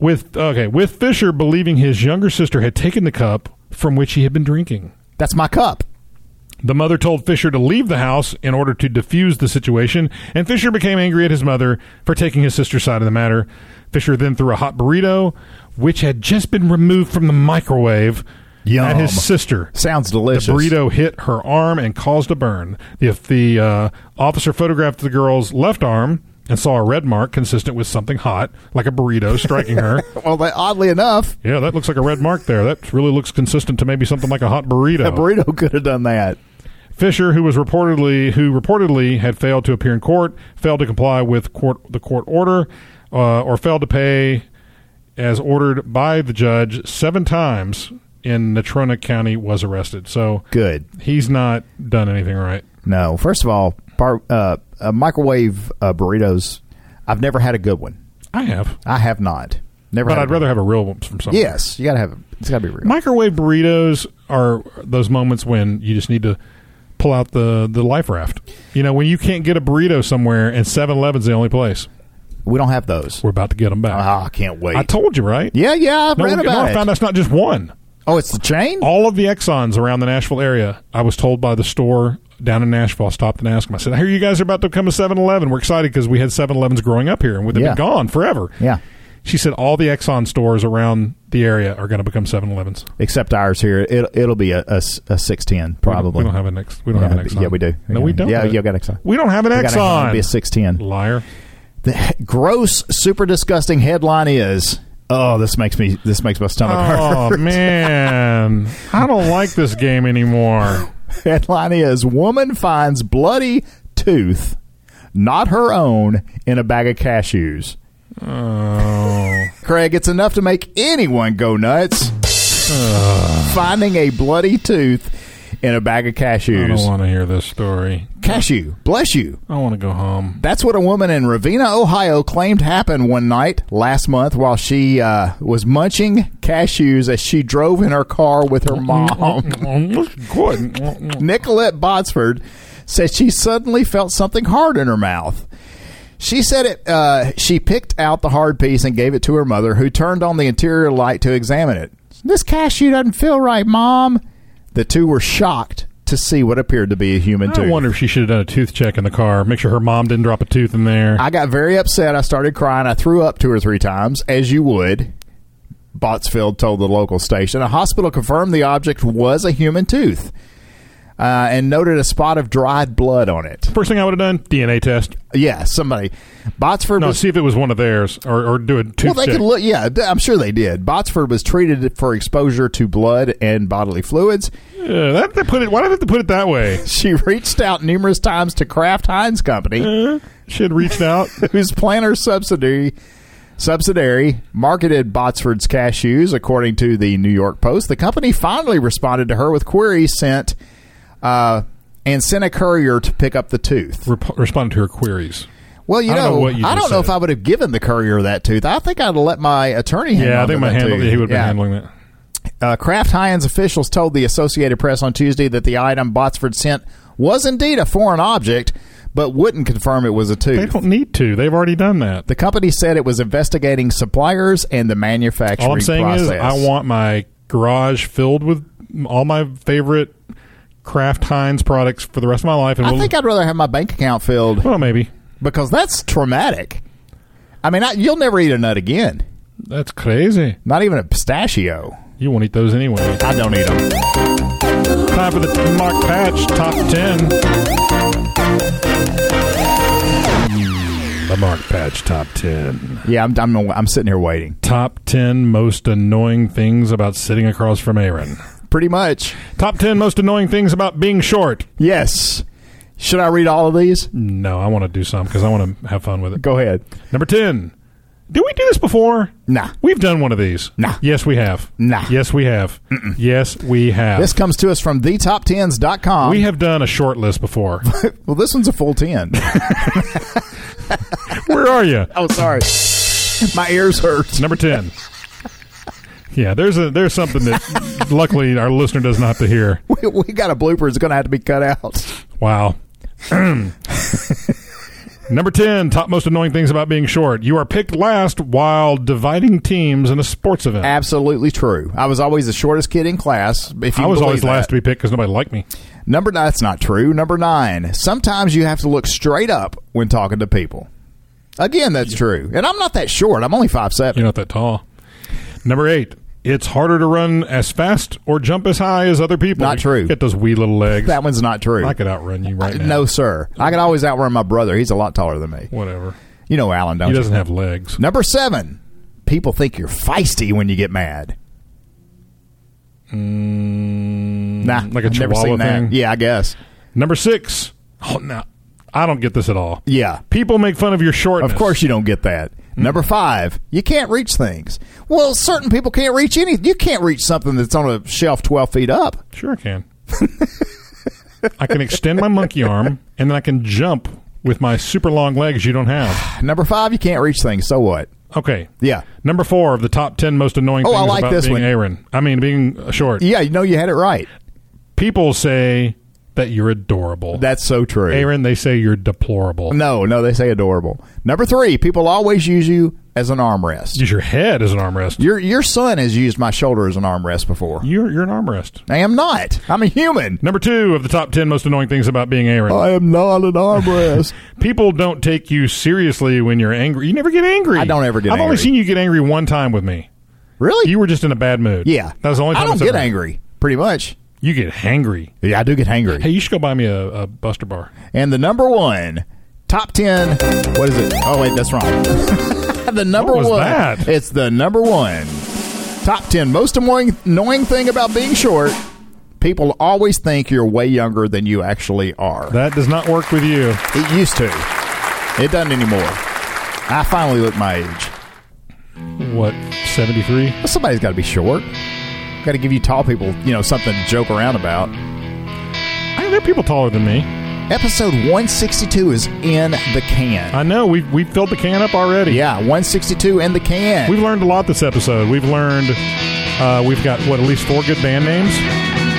Speaker 5: With okay, with Fisher believing his younger sister had taken the cup from which he had been drinking.
Speaker 6: That's my cup.
Speaker 5: The mother told Fisher to leave the house in order to defuse the situation, and Fisher became angry at his mother for taking his sister's side of the matter. Fisher then threw a hot burrito, which had just been removed from the microwave,
Speaker 6: Yum.
Speaker 5: at his sister.
Speaker 6: Sounds
Speaker 5: The
Speaker 6: delicious.
Speaker 5: burrito hit her arm and caused a burn. If the uh, officer photographed the girl's left arm, and saw a red mark consistent with something hot, like a burrito, striking her.
Speaker 6: Well, but oddly enough,
Speaker 5: yeah, that looks like a red mark there. That really looks consistent to maybe something like a hot burrito.
Speaker 6: a burrito could have done that.
Speaker 5: Fisher, who was reportedly who reportedly had failed to appear in court, failed to comply with court the court order, uh, or failed to pay as ordered by the judge seven times in Natrona County, was arrested. So
Speaker 6: Good.
Speaker 5: he's not done anything right.
Speaker 6: No, first of all, bar, uh, uh, microwave uh, burritos. I've never had a good one.
Speaker 5: I have,
Speaker 6: I have not. Never.
Speaker 5: but
Speaker 6: had a
Speaker 5: I'd
Speaker 6: good
Speaker 5: rather have a real one from
Speaker 6: one.
Speaker 5: somewhere.
Speaker 6: Yes, you gotta have. It's gotta be real.
Speaker 5: microwave burritos are those moments when you just need to pull out the the life raft. You know, when you can't get a burrito somewhere and 7-Eleven's the only place.
Speaker 6: we don't have those.
Speaker 5: We're about to get them back.
Speaker 6: Ah, I can't wait.
Speaker 5: I told you, right?
Speaker 6: yeah, yeah. I've
Speaker 5: No,
Speaker 6: read
Speaker 5: no,
Speaker 6: about
Speaker 5: I found
Speaker 6: it.
Speaker 5: that's not just one.
Speaker 6: Oh, it's the chain.
Speaker 5: All of the Exxons around the Nashville area, I was told by the store down in Nashville, I stopped and asked them. I said, I hear you guys are about to become a 7 Eleven. We're excited because we had 7 Elevens growing up here and they've
Speaker 6: Yeah.
Speaker 5: been gone forever.
Speaker 6: Yeah.
Speaker 5: She said, all the Exxon stores around the area are going to become 7 Elevens.
Speaker 6: Except ours here. It, it'll be a, six ten probably.
Speaker 5: We don't have an Exxon. We don't
Speaker 6: yeah,
Speaker 5: have an
Speaker 6: but-
Speaker 5: Exxon.
Speaker 6: yeah, we do.
Speaker 5: No, we don't.
Speaker 6: Yeah,
Speaker 5: have-
Speaker 6: you got Exxon.
Speaker 5: We don't have an
Speaker 6: We gotta hang on. It'll
Speaker 5: Exxon.
Speaker 6: be a six ten.
Speaker 5: Liar.
Speaker 6: The gross, super disgusting headline is. Oh, this makes me. This makes my stomach
Speaker 5: Oh,
Speaker 6: hurt.
Speaker 5: man. I don't like this game anymore.
Speaker 6: Headline is Woman finds bloody tooth, not her own, in a bag of cashews.
Speaker 5: Oh.
Speaker 6: Craig, it's enough to make anyone go nuts. Finding a bloody tooth in a bag of
Speaker 5: I don't
Speaker 6: cashews.
Speaker 5: want to hear this story.
Speaker 6: Cashew, bless you.
Speaker 5: I want to go home.
Speaker 6: That's what a woman in Ravina, Ohio claimed happened one night last month while she uh, was munching cashews as she drove in her car with her mom.
Speaker 5: Good.
Speaker 6: Nicolette Botsford said she suddenly felt something hard in her mouth. She said it. Uh, she picked out the hard piece and gave it to her mother, who turned on the interior light to examine it. This cashew doesn't feel right, Mom. The two were shocked to see what appeared to be a human
Speaker 5: I
Speaker 6: tooth.
Speaker 5: wonder if she should have done a tooth check in the car. Make sure her mom didn't drop a tooth in there.
Speaker 6: I got very upset. I started crying. I threw up two or three times, as you would. Botsfield told the local station. A hospital confirmed the object was a human tooth uh, and noted a spot of dried blood on it.
Speaker 5: First thing I would have done, DNA test.
Speaker 6: Yeah, somebody. Botsford
Speaker 5: No,
Speaker 6: was.
Speaker 5: see if it was one of theirs or, or do a
Speaker 6: Well,
Speaker 5: tooth
Speaker 6: they
Speaker 5: check.
Speaker 6: could look. Yeah, th- I'm sure they did. Botsford was treated for exposure to blood and bodily fluids.
Speaker 5: Yeah, that, they put it, why did they have to put it that way?
Speaker 6: She reached out numerous times to Kraft Heinz Company,
Speaker 5: She had reached out.
Speaker 6: whose planter subsidiary subsidiary marketed Botsford's cashews, according to the New York Post. The company finally responded to her with queries sent, uh, and sent a courier to pick up the tooth.
Speaker 5: Rep- responded to her queries.
Speaker 6: Well, you
Speaker 5: I
Speaker 6: know,
Speaker 5: don't know what you
Speaker 6: I
Speaker 5: just
Speaker 6: don't know
Speaker 5: said.
Speaker 6: if I would have given the courier that tooth. I think I'd have let my attorney. hang
Speaker 5: Yeah,
Speaker 6: on
Speaker 5: I think
Speaker 6: to
Speaker 5: my
Speaker 6: that
Speaker 5: handle,
Speaker 6: tooth.
Speaker 5: he would have been
Speaker 6: Yeah.
Speaker 5: handling that.
Speaker 6: Uh, Kraft Heinz officials told the Associated Press on Tuesday that the item Botsford sent was indeed a foreign object, but wouldn't confirm it was a
Speaker 5: They
Speaker 6: tooth.
Speaker 5: don't need to. They've already done that.
Speaker 6: The company said it was investigating suppliers and the manufacturing
Speaker 5: All I'm saying
Speaker 6: process.
Speaker 5: is, I want my garage filled with all my favorite Kraft Heinz products for the rest of my life. And
Speaker 6: I
Speaker 5: we'll,
Speaker 6: think I'd rather have my bank account filled
Speaker 5: well, maybe
Speaker 6: because that's traumatic. I mean, I, you'll never eat a nut again.
Speaker 5: that's crazy.
Speaker 6: Not even a pistachio.
Speaker 5: You won't eat those anyway.
Speaker 6: I don't eat them.
Speaker 5: Time for the Mark Patch Top 10. The Mark Patch Top 10.
Speaker 6: Yeah, I'm, I'm, I'm sitting here waiting.
Speaker 5: Top 10 most annoying things about sitting across from Aaron.
Speaker 6: Pretty much.
Speaker 5: Top 10 most annoying things about being short.
Speaker 6: Yes. Should I read all of these?
Speaker 5: No, I want to do some because I want to have fun with it.
Speaker 6: Go ahead.
Speaker 5: Number 10. Did we do this before?
Speaker 6: Nah.
Speaker 5: We've done one of these.
Speaker 6: Nah.
Speaker 5: Yes, we have.
Speaker 6: Nah.
Speaker 5: Yes, we have. Yes, we have.
Speaker 6: This comes to us from thetop10s.com.
Speaker 5: we have done a short list before.
Speaker 6: well, this one's a full 10.
Speaker 5: Where are you?
Speaker 6: oh, sorry. My ears hurt.
Speaker 5: Number ten. Yeah, there's a there's something that luckily our listener doesn't have to hear.
Speaker 6: We, we got a blooper. It's going to have to be cut out.
Speaker 5: Wow. Number ten, top most annoying things about being short. You are picked last while dividing teams in a sports event.
Speaker 6: Ah, Absolutely true. I was always the shortest kid in class. If you
Speaker 5: I was
Speaker 6: believe
Speaker 5: always
Speaker 6: that.
Speaker 5: last to be picked because nobody liked me.
Speaker 6: Number nine. That's not true. Number nine. Sometimes you have to look straight up when talking to people. Again, that's true. And I'm not that short. I'm only five
Speaker 5: You're
Speaker 6: seven.
Speaker 5: not that tall. Number eight, it's harder to run as fast or jump as high as other people.
Speaker 6: Not true.
Speaker 5: Get those wee little legs.
Speaker 6: That one's not true.
Speaker 5: I could outrun you right now.
Speaker 6: no, sir. I can always outrun my brother. He's a lot taller than me.
Speaker 5: Whatever.
Speaker 6: You know Alan, don't
Speaker 5: He
Speaker 6: you?
Speaker 5: doesn't have legs.
Speaker 6: Number seven, people think you're feisty when you get mad. nah,
Speaker 5: Mm, like a
Speaker 6: I've never
Speaker 5: chihuahua
Speaker 6: seen that.
Speaker 5: thing?
Speaker 6: Yeah, I guess.
Speaker 5: Number six. Oh, no. I don't get this at all.
Speaker 6: Yeah,
Speaker 5: People make fun of your shortness.
Speaker 6: of course you don't get that.
Speaker 5: Mm.
Speaker 6: Number five, you can't reach things. Well, certain people can't reach anything. You can't reach something that's on a shelf twelve feet up.
Speaker 5: Sure, I can. I can extend my monkey arm, and then I can jump with my super long legs you don't have.
Speaker 6: Number five, you can't reach things. So what?
Speaker 5: Okay.
Speaker 6: Yeah,
Speaker 5: Number four of the top ten most annoying
Speaker 6: Oh, I
Speaker 5: things
Speaker 6: like
Speaker 5: about
Speaker 6: this
Speaker 5: being
Speaker 6: one.
Speaker 5: Aaron. I mean, being uh, short.
Speaker 6: yeah. You know you had it right.
Speaker 5: People say that you're adorable.
Speaker 6: That's so true.
Speaker 5: Aaron, they say you're deplorable.
Speaker 6: No, no, they say adorable. Number three, people always use you as an armrest.
Speaker 5: Use your head as an armrest.
Speaker 6: Your your son has used my shoulder as an armrest before.
Speaker 5: You're, you're an armrest.
Speaker 6: I am not. I'm a human.
Speaker 5: Number two of the top ten most annoying things about being Aaron.
Speaker 6: I am not an armrest.
Speaker 5: People don't take you seriously when you're angry. You never get angry.
Speaker 6: I don't ever get
Speaker 5: I've only
Speaker 6: angry.
Speaker 5: seen you get angry one time with me.
Speaker 6: really?
Speaker 5: You were just in a bad mood.
Speaker 6: yeah.
Speaker 5: That was the only time
Speaker 6: I don't
Speaker 5: said
Speaker 6: get
Speaker 5: that.
Speaker 6: angry. Pretty much.
Speaker 5: You get hangry.
Speaker 6: Yeah, I do get angry.
Speaker 5: Hey, you should go buy me a, a Buster Bar.
Speaker 6: And the number one top ten. What is it? Oh wait, that's wrong. the number
Speaker 5: What was
Speaker 6: one.
Speaker 5: that?
Speaker 6: It's the number one top ten most annoying annoying thing about being short. People always think you're way younger than you actually are.
Speaker 5: That does not work with you.
Speaker 6: It used to. It doesn't anymore. I finally look my age.
Speaker 5: What, 73?
Speaker 6: Well, somebody's got to be short. Got to give you tall people, you know, something to joke around about.
Speaker 5: Hey, there are people taller than me.
Speaker 6: Episode 162 is in the can.
Speaker 5: I know. We've, we've filled the can up already.
Speaker 6: Yeah, 162 in the can.
Speaker 5: We've learned a lot this episode. We've learned, uh, we've got, what, at least four good band names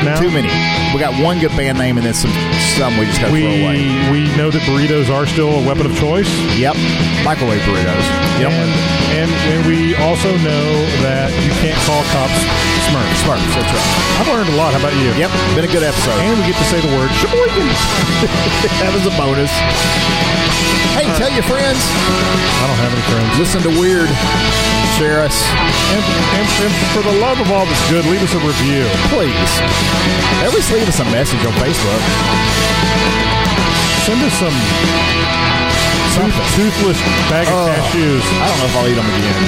Speaker 5: now?
Speaker 6: Too many. We got one good band name and then some some we just got to
Speaker 5: We,
Speaker 6: throw away.
Speaker 5: we know that burritos are still a weapon of choice.
Speaker 6: Yep. Microwave burritos. Yep.
Speaker 5: And, and, and we also know that you can't call cops smurfs.
Speaker 6: Smurfs, that's right.
Speaker 5: I've learned a lot. How about you?
Speaker 6: Yep. Been a good episode.
Speaker 5: And we get to say the word Sheboygan.
Speaker 6: that was a bonus. Hey, tell your friends.
Speaker 5: I don't have any friends.
Speaker 6: Listen to Weird. Share us.
Speaker 5: And, and, and for the love of all that's good, leave us a review.
Speaker 6: Please. At least leave us a message on Facebook.
Speaker 5: Send us some
Speaker 6: Something.
Speaker 5: toothless bag of
Speaker 6: Oh.
Speaker 5: cashews.
Speaker 6: I don't know if I'll eat them again.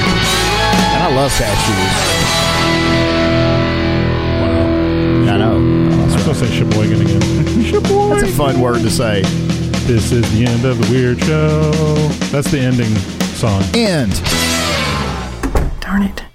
Speaker 6: And I love cashews.
Speaker 5: Wow.
Speaker 6: I know.
Speaker 5: I was going to say Sheboygan again.
Speaker 6: That's a
Speaker 5: Sheboygan.
Speaker 6: fun word to say.
Speaker 5: This is the end of the Weird Show. That's the ending song.
Speaker 6: End.
Speaker 3: Darn it.